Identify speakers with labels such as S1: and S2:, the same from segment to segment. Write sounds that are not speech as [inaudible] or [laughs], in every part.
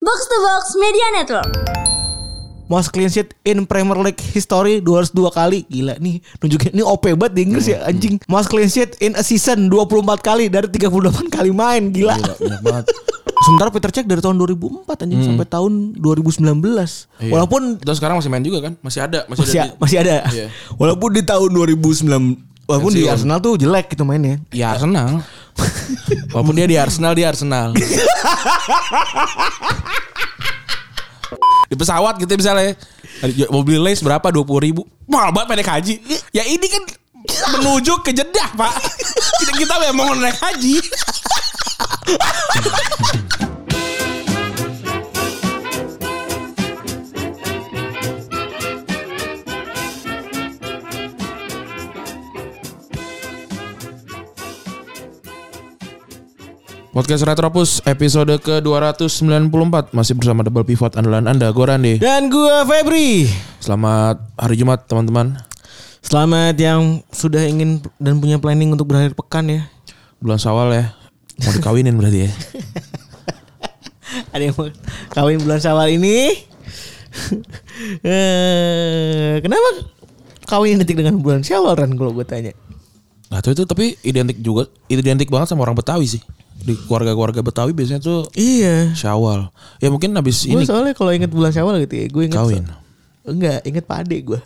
S1: Box to Box Media Network.
S2: Most clean sheet in Premier League history 202 kali. Gila nih. Nunjukin ini OP banget di Inggris ya anjing. Most clean sheet in a season 24 kali dari 38 kali main. Gila. Hmm.
S3: Gila, banyak banget.
S2: Sementara Peter Cech dari tahun 2004 anjing sampai tahun 2019.
S3: Iya.
S2: Walaupun
S3: Terus sekarang masih main juga kan? Masih ada, masih,
S2: masih
S3: ada. di-
S2: masih ada.
S3: Iya.
S2: Walaupun di tahun 2009 walaupun di
S3: Pensiun.
S2: Arsenal tuh jelek gitu mainnya.
S3: Ya Arsenal. Walaupun dia di Arsenal, dia Arsenal. di pesawat gitu misalnya ada- mau beli lace berapa dua puluh ribu mahal banget pendek haji ya ini kan menuju ke Jeddah pak kita, kita memang mau naik haji Podcast Retropus episode ke-294 Masih bersama Double Pivot andalan Anda, gue Randy
S2: Dan gua Febri.
S3: Selamat hari Jumat teman-teman
S2: Selamat yang sudah ingin dan punya planning untuk berakhir pekan ya.
S3: Bulan sawal ya Mau dikawinin berarti ya
S2: [laughs] Ada yang mau kawin bulan Syawal ini? [laughs] Eh, Kenapa kawin detik dengan bulan Syawal Ran kalau gue tanya?
S3: Gak tau itu tapi identik juga Identik banget sama orang Betawi sih Di keluarga-keluarga Betawi biasanya tuh
S2: Iya.
S3: syawal Ya mungkin habis
S2: Gue
S3: ini
S2: soalnya kalau inget bulan Syawal gitu ya, gue inget
S3: kawin
S2: Enggak, inget Pak Ade gue.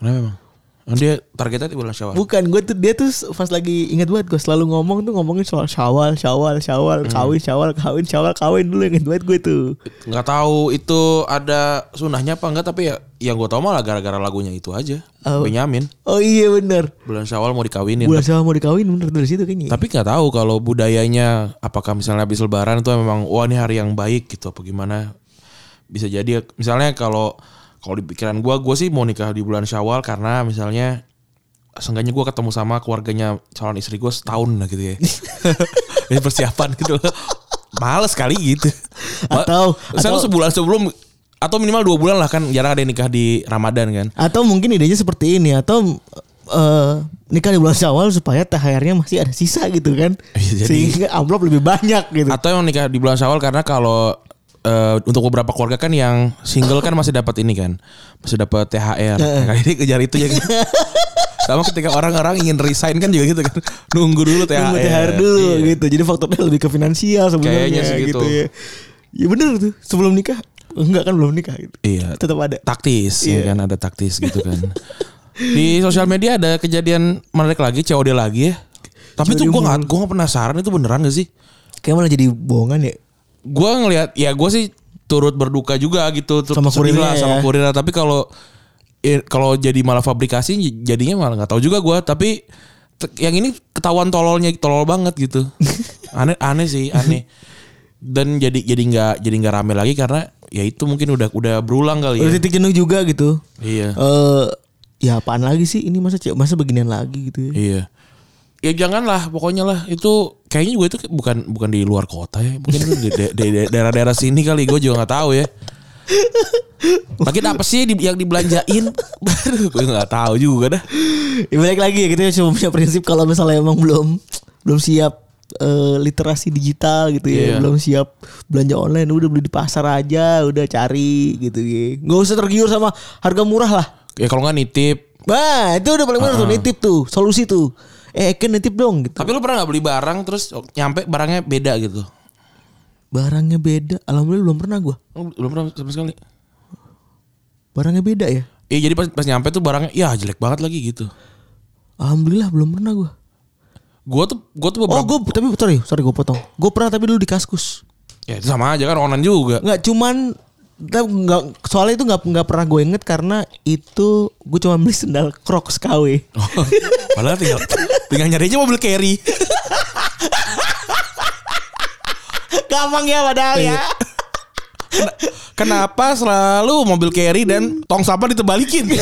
S3: Kenapa emang? Nah, Dia targetnya di bulan syawal
S2: Bukan, gue tuh dia tuh pas lagi inget banget gue selalu ngomong tuh ngomongin soal Syawal, Syawal, Syawal, kawin, Syawal, kawin, Syawal, kawin dulu inget banget gue tuh.
S3: Gak tahu itu ada sunahnya apa enggak Tapi ya yang gue tau malah gara-gara lagunya itu aja
S2: Oh.
S3: Benyamin
S2: Oh iya bener.
S3: Bulan syawal mau dikawinin
S2: Bulan Syawal mau dikawin bener dari situ kayaknya.
S3: Tapi nggak tahu kalau budayanya apakah misalnya habis lebaran itu memang wah ini hari yang baik gitu apa gimana. Bisa jadi ya, misalnya kalau kalau di pikiran gua gua sih mau nikah di bulan Syawal karena misalnya seenggaknya gua ketemu sama keluarganya calon istri gua setahun lah
S2: [laughs]
S3: gitu ya. Ini persiapan gitu loh. Males kali gitu. Ma-
S2: Atau-
S3: misalnya
S2: atau-
S3: sebulan sebelum atau minimal dua bulan lah kan jarang ada yang nikah di Ramadan kan.
S2: Atau mungkin idenya seperti ini atau eh nikah di bulan Syawal supaya THR-nya masih ada sisa gitu kan.
S3: [laughs] Iya, jadi-
S2: Sehingga amplop lebih banyak gitu. [laughs]
S3: Atau yang nikah di bulan Syawal karena kalau eh, untuk beberapa keluarga kan yang single kan masih dapat ini kan. Masih dapat THR. Nah, ini kejar itu ya. [laughs] gitu. Sama ketika orang-orang ingin resign kan juga gitu kan. Nunggu dulu
S2: Nunggu
S3: THR.
S2: THR dulu
S3: Ya, Iya.
S2: gitu. Jadi faktornya lebih ke finansial sebenarnya
S3: Kayaknya sih gitu.
S2: gitu ya. Ya bener tuh, sebelum nikah enggak kan belum nikah gitu.
S3: Iya.
S2: Tetap ada.
S3: Taktis ya
S2: Iya.
S3: kan ada taktis gitu kan. Di sosial media ada kejadian menarik lagi, COD lagi ya. Tapi itu gua nggak gua nggak penasaran itu beneran gak sih?
S2: Kayak malah jadi bohongan ya.
S3: gue ngelihat ya gue sih turut berduka juga gitu turut
S2: Sama
S3: sedih lah
S2: kurirnya
S3: sama
S2: ya.
S3: kurirnya tapi kalau ya, kalau jadi malah fabrikasi j- jadinya malah nggak tahu juga gue tapi te- yang ini ketahuan tololnya tolol banget
S2: [laughs]
S3: gitu aneh aneh sih aneh dan jadi jadi nggak jadi nggak rame lagi karena ya itu mungkin udah udah berulang kali ya.
S2: Udah titik jenuh juga gitu.
S3: iya
S2: Eh ya apaan lagi sih ini masa cewek- masa beginian lagi gitu ya.
S3: iya ya janganlah pokoknya lah itu kayaknya juga itu bukan bukan di luar kota ya mungkin itu di da- da- da- daerah-daerah sini kali gue juga nggak tahu ya Makin apa sih di- yang dibelanjain? Baru gue nggak tahu juga dah.
S2: Ya balik lagi ya kita cuma punya prinsip kalau misalnya emang belum belum siap eh, literasi digital gitu ya,
S3: Iya.
S2: belum siap belanja online, udah beli di pasar aja, udah cari gitu ya. Nggak usah tergiur sama harga murah lah.
S3: Ya kalau nggak nitip.
S2: Wah, itu udah paling benar tuh nitip tuh, solusi tuh. Eh, Ken nitip dong gitu.
S3: Tapi lu pernah nggak beli barang terus nyampe barangnya beda gitu?
S2: Barangnya beda. Alhamdulillah belum pernah gua.
S3: Lu Belum pernah sama sekali.
S2: Barangnya beda ya.
S3: Iya jadi pas, pas nyampe tuh barangnya ya jelek banget lagi gitu.
S2: Alhamdulillah belum pernah gua.
S3: Gua tuh gua tuh
S2: Oh,
S3: beberapa
S2: gue tapi sorry, sorry gue potong. Gue pernah tapi dulu di Kaskus.
S3: ya itu sama aja kan online juga.
S2: [laughs] Nggak cuman tapi nggak soalnya itu nggak nggak pernah gue inget karena itu gue cuma beli sendal Crocs KW.
S3: Padahal tinggal tinggal nyari aja mobil carry.
S2: [laughs] Gampang ya padahal ya.
S3: Kenapa selalu mobil carry dan tong sampah ditebalikin?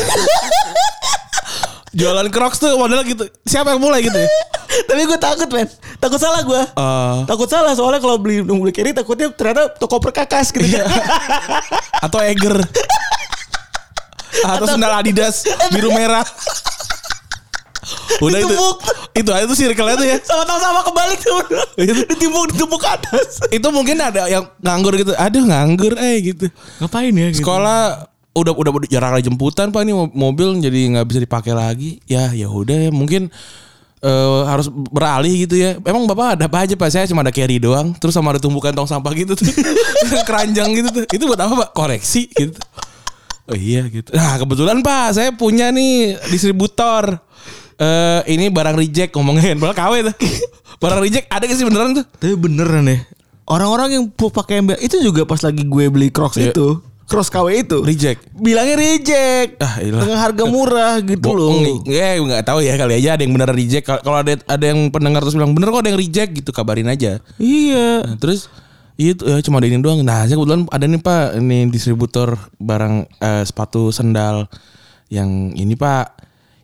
S3: Jualan Crocs tuh model gitu. Siapa yang mulai gitu ya?
S2: [laughs] tapi gue takut men, takut salah gue.
S3: Eh,
S2: Takut salah soalnya kalau beli beli kiri takutnya ternyata toko perkakas gitu. [laughs] kan.
S3: atau Eger. Atau, sendal Adidas biru merah. Udah itu.
S2: Digebuk.
S3: itu itu circle-nya tuh ya.
S2: Sama-sama kebalik Iya tuh. Ditimbuk ditumpuk ke atas.
S3: Itu mungkin ada yang nganggur gitu. Aduh nganggur eh gitu.
S2: Ngapain ya? Gitu?
S3: Sekolah udah udah jarang ada jemputan Pak ini mo- mobil jadi nggak bisa dipakai lagi. Ya ya udah ya mungkin eh, harus beralih gitu ya. Emang Bapak ada apa aja Pak? Saya cuma ada carry doang, terus sama ada tumpukan tong sampah gitu tuh. [laughs] Keranjang gitu tuh. Itu buat apa Pak? Koreksi gitu. Oh iya gitu. Nah kebetulan pak saya punya nih distributor. eh ini barang reject ngomongin barang KW tuh. [laughs] Barang reject ada gak sih beneran tuh?
S2: Tapi beneran ya. Orang-orang yang pu- pakai ember itu juga pas lagi gue beli Crocs
S3: Iya.
S2: itu, Crocs KW itu.
S3: Reject.
S2: Bilangnya reject.
S3: Ah, ilah.
S2: Dengan harga murah gitu loh.
S3: Bohong. Ya nggak tahu ya kali aja ada yang bener reject. Kalau kalau ada ada yang pendengar terus bilang bener kok ada yang reject gitu kabarin aja.
S2: Iya.
S3: Nah, terus itu ya cuma ada ini doang. Nah saya kebetulan ada nih pak ini distributor barang eh, sepatu sendal yang ini pak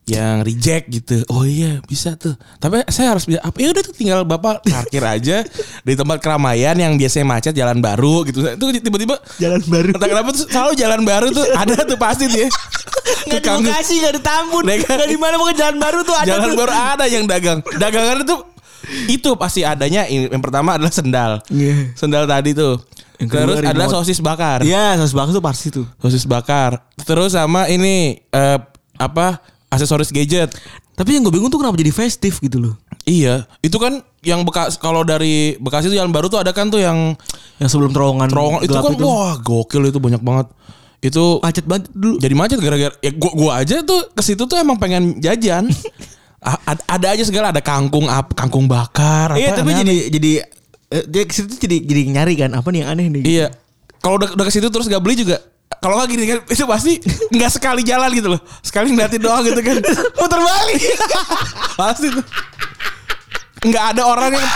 S3: yang reject gitu. Oh iya bisa tuh. Tapi saya harus bisa. apa- Ya udah tuh tinggal bapak parkir aja di tempat keramaian yang biasanya macet jalan baru gitu. Itu tiba-tiba
S2: Jalan baru.
S3: entah kenapa tuh selalu jalan baru tuh ada tuh pasti dia.
S2: Gak di
S3: Tukang-
S2: Bekasi, gak di Tambun,
S3: Nek-
S2: gak di mana mau ke jalan baru tuh ada
S3: Jalan
S2: tuh.
S3: baru ada yang dagang. Dagangan itu itu pasti adanya yang yang pertama adalah sendal.
S2: Iya.
S3: Sendal tadi tuh.
S2: Yang kedua
S3: Terus
S2: remote.
S3: adalah sosis bakar.
S2: Iya, saus bakso tuh pasti tuh.
S3: Sosis bakar. Terus sama ini eh, apa? aksesoris gadget.
S2: Tapi yang gue bingung tuh kenapa jadi festive gitu loh.
S3: Iya, itu kan yang bekas kalau dari Bekasi itu jalan baru tuh ada kan tuh yang
S2: Yang sebelum terowongan
S3: terowongan itu
S2: gelap
S3: kan wah gokil itu banyak banget. Itu
S2: macet banget dulu.
S3: jadi macet gara-gara ya gua, gua aja tuh ke situ tuh emang pengen
S2: [laughs]
S3: jajan. A- ad- ada aja segala ada kangkung ap- kangkung bakar
S2: Iya,
S3: apa
S2: tapi
S3: aneh-aneh.
S2: jadi jadi eh, dia ke situ jadi jadi nyari kan apa nih yang aneh nih.
S3: Iya. Kalau udah udah ke situ terus gak beli juga. Kalau nggak gini kan [laughs] itu pasti nggak sekali jalan gitu loh. Sekali ngeliatin doang gitu
S2: [laughs]
S3: kan. Muter balik. [laughs] pasti tuh. Nggak ada orang yang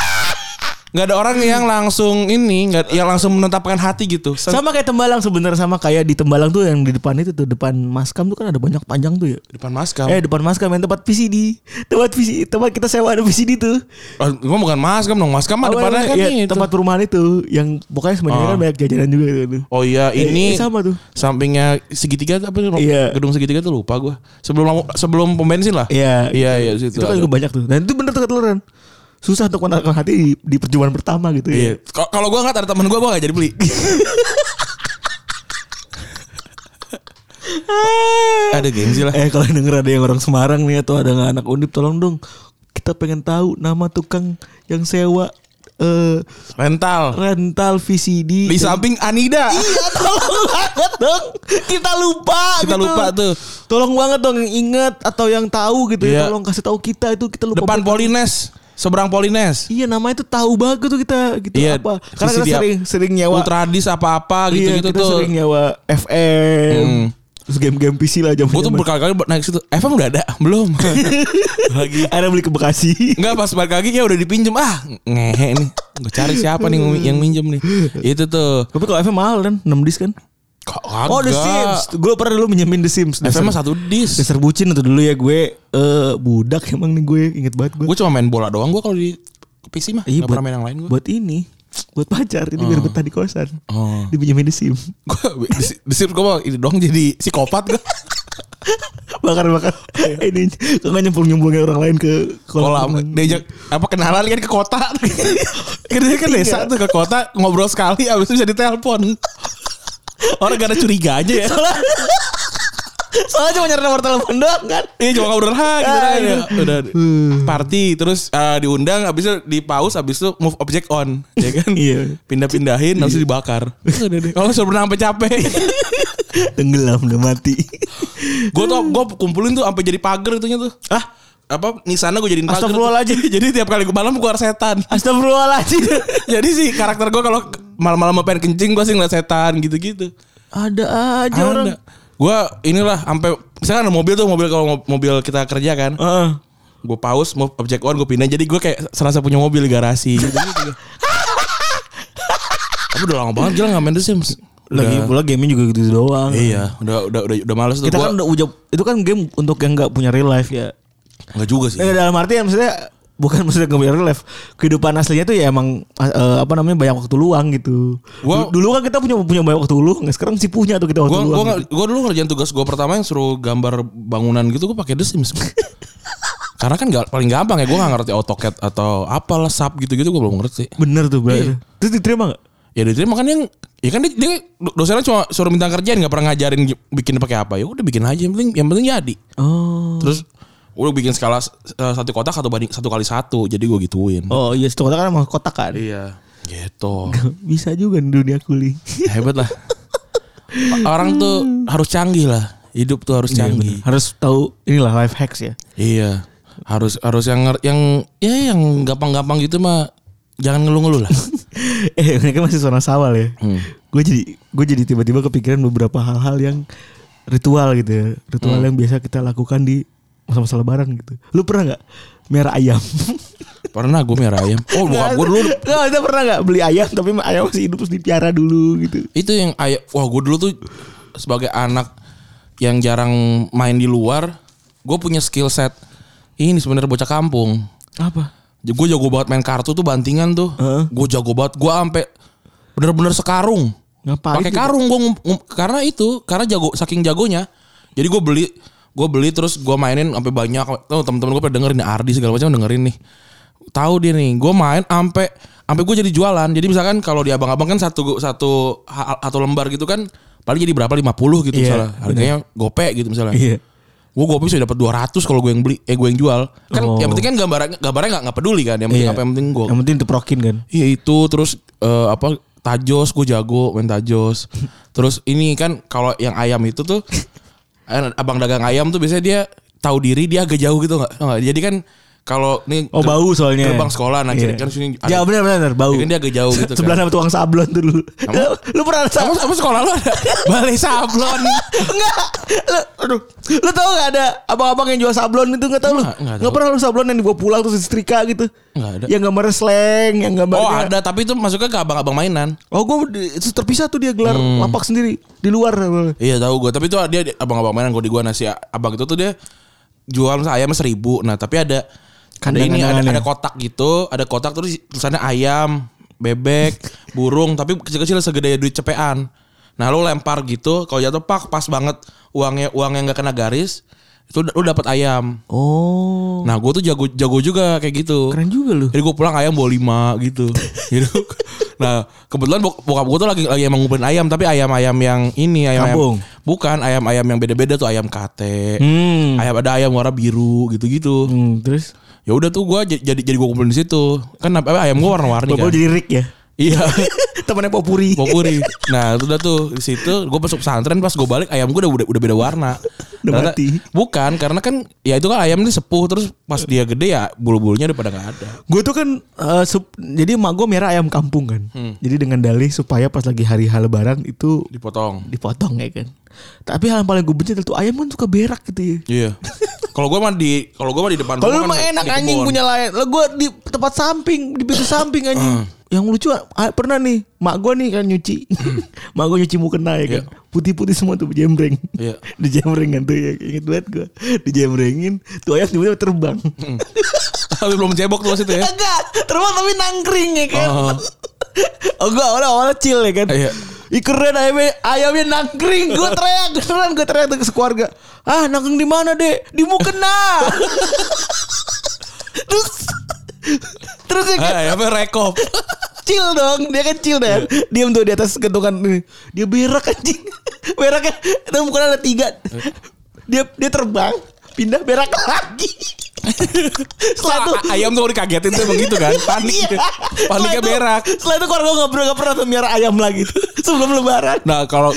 S3: nggak ada orang yang langsung ini nggak yang langsung menetapkan hati gitu. Sen-
S2: Sama kayak Tembalang sebenarnya sama kayak di Tembalang tuh yang di depan itu tuh depan Maskam tuh kan ada banyak panjang tuh ya.
S3: depan maskam.
S2: Eh depan Maskam yang tempat VCD, tempat VCD, tempat kita sewa ada VCD tuh.
S3: Oh, gua bukan maskam dong. Maskam mah
S2: Apa
S3: depannya
S2: namanya?
S3: kan
S2: Ya,
S3: ini.
S2: tempat perumahan itu yang pokoknya sebenarnya
S3: Ah.
S2: kan banyak jajanan juga tuh. tuh.
S3: Oh iya
S2: Eh, eh,
S3: ini
S2: sama tuh.
S3: Sampingnya segitiga apa sih?
S2: Iya.
S3: Gedung segitiga tuh lupa gua. Sebelum lampu- sebelum pom bensin lah.
S2: Iya,
S3: Iya iya
S2: itu,
S3: situ.
S2: kan
S3: ada.
S2: juga banyak tuh. Dan itu bener tuh ketularan. Susah untuk menangkap hati di, di perjumpaan pertama gitu
S3: Iya.
S2: ya.
S3: Kalau- Kalau gua nggak ada temen gua, gua gak jadi beli. ada gengsi lah.
S2: [laughs] Eh kalau yang denger ada yang orang Semarang nih atau ada anak Undip tolong dong. Kita pengen tahu nama tukang yang sewa eh
S3: Rental.
S2: rental VCD.
S3: Di samping Anida.
S2: Iya tolong [laughs] banget dong. Kita lupa
S3: Kita
S2: gitu.
S3: lupa tuh.
S2: Tolong banget dong yang inget atau yang tahu gitu ya.
S3: Iya.
S2: Tolong kasih tahu kita itu kita lupa.
S3: Depan Polines. Seberang Polines.
S2: Iya namanya tuh tahu banget tuh kita gitu
S3: Iya,
S2: apa. Karena
S3: VCD
S2: kita sering sering nyewa
S3: Ultradis
S2: iya,
S3: apa-apa gitu-gitu
S2: kita
S3: tuh.
S2: sering nyewa FM.
S3: Hmm.
S2: Terus game-game PC lah jam
S3: Gue tuh berkali-kali naik situ. FM udah ada?
S2: [laughs]
S3: Belum.
S2: lagi. Akhirnya beli ke Bekasi.
S3: Enggak pas balik lagi ya udah dipinjem. Ah ngehe nih. Gue cari siapa nih yang minjem nih. Itu tuh.
S2: Tapi kalau FM mahal kan 6 disk kan?
S3: Kagak.
S2: Oh The Sims. Gue pernah dulu minjemin The Sims.
S3: FM
S2: Dasar-
S3: satu dis.
S2: Dasar bucin itu dulu ya gue eh budak emang nih gue inget banget gue.
S3: Gue cuma main bola doang gue kalau di PC mah.
S2: Iya, buat-
S3: Nggak pernah main yang lain gue.
S2: Buat ini, buat pacar ini biar betah di kosan.
S3: Oh.
S2: Dipinjemin The Sim.
S3: [laughs] Gue desir gue mau ini doang jadi psikopat gue.
S2: [laughs] Bakar-bakar ini kan nyemplung-nyemplungin orang lain ke
S3: Iya. Kolam
S2: renang.
S3: diajak apa kenalan kan ke kota. [laughs] Kan dia kan desa tuh ke kota ngobrol sekali abis itu bisa [laughs] ditelepon. Orang gak ada curiga aja ya.
S2: Soalnya [laughs] Soalnya cuma nyari nomor telepon doang kan.
S3: Iya cuma ngobrol ha gitu
S2: Ah,
S3: kan.
S2: iya.
S3: Udah Hmm. party terus eh, diundang abis itu di pause abis itu move object [laughs] on ya kan.
S2: Iya.
S3: Pindah-pindahin habis itu dibakar. Kalau suruh berenang sampai [laughs] capek.
S2: [laughs] Tenggelam udah mati.
S3: Gue tuh gue kumpulin tuh sampai jadi pagar itunya tuh. Ah apa nisana gue jadiin pagar.
S2: Astagfirullahaladzim.
S3: Jadi tiap kali gue malam gue keluar setan.
S2: [laughs] Astagfirullahaladzim.
S3: [laughs] Jadi sih karakter gue kalau malam-malam mau pengen kencing gue sih ngeliat setan gitu-gitu.
S2: Ada aja orang.
S3: Gue inilah sampai misalkan ada mobil tuh mobil kalau mo- mobil kita kerja kan.
S2: Heeh.
S3: Gue pause mau objek on gue pindah jadi gue kayak serasa punya mobil di garasi. gitu,
S2: [laughs]
S3: gitu. Tapi udah lama banget gila nggak main The Sims.
S2: Lagi
S3: Udah-
S2: pula gamenya juga gitu doang.
S3: Iya, udah udah udah udah males tuh
S2: Kita
S3: gua.
S2: kan udah ujab- itu kan game untuk yang nggak punya real life ya.
S3: Nggak juga sih.
S2: Eh, dalam arti ya maksudnya bukan maksudnya nggak punya real life. Kehidupan aslinya tuh ya emang eh, apa namanya banyak waktu luang gitu.
S3: Gua-
S2: Dulu- dulu kan kita punya punya banyak waktu luang, ya, sekarang sih punya tuh kita waktu
S3: Gua
S2: luang.
S3: gitu, gua nggak- gua dulu ngerjain tugas gua pertama yang suruh gambar bangunan gitu gua pakai The Sims. Karena kan gak, paling gampang ya gue gak ngerti AutoCAD atau apalah sub gitu-gitu gue belum ngerti.
S2: Bener tuh brother. Terus diterima gak?
S3: Ya diterima kan yang ya kan dia, dia do- dosennya cuma suruh minta kerjaan nggak pernah ngajarin gi- bikin pakai apa ya udah bikin aja yang penting yang penting jadi.
S2: Oh.
S3: Terus udah bikin skala s- eh, satu kotak satu banding satu kali satu jadi gue gituin.
S2: Oh iya satu kotak kan sama kotak kan.
S4: Iya.
S3: Gitu.
S2: [laughs] Bisa juga nih dunia kuli.
S3: Hebat lah. Orang tuh harus canggih lah. Hidup
S2: Iya,
S3: tuh harus canggih.
S2: Harus tahu inilah life hacks ya.
S3: Iya, harus harus yang nger- yang ya yang gampang-gampang gitu mah jangan ngeluh-ngeluh lah.
S2: [laughs] eh mereka masih zona sawal ya.
S3: Hmm.
S2: Gue jadi gue jadi tiba-tiba kepikiran beberapa hal-hal yang ritual gitu ya. Ritual
S3: Hmm.
S2: yang biasa kita lakukan di masa-masa lebaran gitu. Lu pernah nggak merah
S3: [laughs]
S2: ayam?
S3: Pernah gue merah ayam. Oh, bokap gue
S2: [laughs]
S3: dulu
S2: Nggak, kita pernah nggak beli ayam tapi ayam masih hidup terus dipiara dulu gitu.
S3: itu yang ayam. Wah, gue dulu tuh sebagai anak yang jarang main di luar, gue punya skill set ini sebenarnya bocah kampung.
S2: Apa?
S3: Gue jago banget main kartu tuh bantingan tuh.
S2: Heeh.
S3: Gue jago banget. Gue ampe bener-bener sekarung.
S2: Ngapain? gitu?
S3: pakai
S2: itu?
S3: karung gue karena itu karena jago saking jagonya jadi gue beli gue beli terus gue mainin sampai banyak tuh temen-temen gue pada dengerin nih, Ardi segala macam dengerin nih tahu dia nih gue main sampai sampai gue jadi jualan jadi misalkan kalau di abang-abang kan satu satu satu lembar gitu kan paling jadi berapa 50 gitu
S2: Iya,
S3: misalnya harganya gope gitu misalnya
S2: Iya.
S3: gue gue bisa dapat 200 kalau gue yang beli eh gue yang jual kan
S2: Oh.
S3: yang penting kan gambarnya gambarnya nggak nggak peduli kan yang penting
S2: Iya.
S3: apa yang penting gue
S2: Yang penting diprokin kan.
S3: Iya itu terus eh, apa tajos gue jago main tajos. terus ini kan kalau yang ayam
S2: [laughs]
S3: itu tuh eh, abang dagang ayam tuh biasanya dia tahu diri dia agak jauh gitu nggak? Tau nggak? Jadi kan kalau nih
S2: Oh
S3: ger-
S2: bau soalnya.
S3: gerbang sekolah nah kiri kan sini ada-
S2: Ya benar benar bau.
S3: Ya kan dia agak jauh gitu kan.
S2: Sebelah sama tukang sablon dulu.
S3: Kamu-
S2: [laughs] lu pernah ada
S3: kamu,
S2: sablon?
S3: kamu sekolah lu
S2: [laughs]
S3: ada balai sablon
S2: Enggak. Lu aduh. Lu tau gak ada abang-abang yang jual sablon itu enggak tau lu?
S3: Enggak, enggak tahu.
S2: Enggak pernah lu sablon yang dibawa pulang terus disetrika gitu.
S3: Enggak ada.
S2: Yang gambar sleng, yang gambar
S3: oh ada tapi itu masuknya ke abang-abang mainan
S2: Oh, gua di- itu terpisah tuh dia gelar
S3: Hmm.
S2: lapak sendiri di luar.
S3: Iya tahu gue tapi itu dia abang-abang mainan gue di gua nasi abang itu tuh dia jual misalnya ayam seribu nah tapi ada ada
S2: Kandang-
S3: ini ada,
S2: kandangannya.
S3: ada kotak gitu ada kotak terus tulisannya ayam bebek burung tapi kecil-kecil segede duit cepean nah lu lempar gitu kalau jatuh pak pas banget uangnya uang yang nggak kena garis itu lu dapat ayam
S2: Oh.
S3: nah gue tuh jago jago juga kayak gitu
S2: Keren juga lu.
S3: jadi gue pulang ayam bawa lima gitu.
S2: [laughs]
S3: gitu. Nah kebetulan bok- bokap gue tuh lagi lagi emang ngumpulin ayam tapi ayam-ayam yang ini ayam,
S2: Kampung.
S3: bukan ayam-ayam yang beda-beda tuh ayam kate,
S2: Hmm.
S3: ayam ada ayam warna biru gitu-gitu.
S2: Hmm, terus
S3: Ya udah tuh gue jadi jadi gue kumpulin di situ. Kan apa ayam gue warna-warni
S2: Bapak
S3: kan.
S2: lu jadi Rick ya. [laughs]
S3: Iya. [laughs]
S2: Temennya Popuri.
S3: Popuri. Nah, itu udah tuh di situ gue masuk pesantren pas gue balik ayam gue udah, udah udah beda warna.
S2: [laughs] Udah
S3: Ternyata-
S2: mati.
S3: Bukan karena kan ya itu kan ayam ini sepuh terus pas dia gede ya bulu-bulunya udah pada nggak ada.
S2: Gue tuh kan eh, sup- jadi emak gue merah ayam kampung kan.
S3: Hmm.
S2: Jadi dengan dalih supaya pas lagi hari H lebaran itu
S3: Dipotong.
S2: dipotong ya kan. Tapi hal yang paling gue benci adalah tuh ayam kan suka berak gitu ya.
S3: Iya. Kalau gua mah di kalau gua mah di depan
S2: Kalau lu
S3: rumah
S2: mah
S3: kan
S2: enak
S3: di
S2: anjing
S3: [laughs] kebun.
S2: punya lain. Lah gue di tempat samping, di pintu samping
S3: Hmm.
S2: anjing. yang lucu ah, pernah nih mak gue nih kan nyuci
S3: Hmm.
S2: [laughs] mak gue nyuci mukena ya kan putih-putih semua tuh jembreng
S3: Iya.
S2: [laughs] dijembreng kan tuh ya inget banget gue dijembrengin tuh ayam tiba-tiba terbang
S3: Hmm. Tapi belum cebok tuh situ
S2: [laughs]
S3: ya.
S2: Enggak, terbang tapi nangkring ya kan.
S3: Oh.
S2: [laughs] Oh, gue awalnya awalnya chill ya kan.
S3: Iya.
S2: Ih keren ayamnya, ayamnya nangkring.
S3: [laughs]
S2: Gue teriak, beneran gue teriak ke sekeluarga. Ah nangkring di mana deh? Di
S3: [laughs]
S2: mukena. terus terus ya
S3: [laughs]
S2: kan,
S3: Ah, ya apa rekop.
S2: chill dong. Dia kan chill
S3: Iya.
S2: dan diam tuh di atas kentungan ini. Dia berak anjing. [laughs] Beraknya itu mukena ada tiga.
S3: Eh.
S2: Dia dia terbang, pindah berak
S3: [laughs]
S2: lagi. Satu
S3: A- ayam tuh dikagetin tuh begitu
S2: [laughs]
S3: kan. Panik.
S2: Iya. Setelah
S3: Paniknya
S2: itu-
S3: berak.
S2: Setelah itu keluarga gue gak pernah, gak pernah tuh miara ayam lagi tuh. [laughs] Sebelum lebaran.
S3: Nah, kalau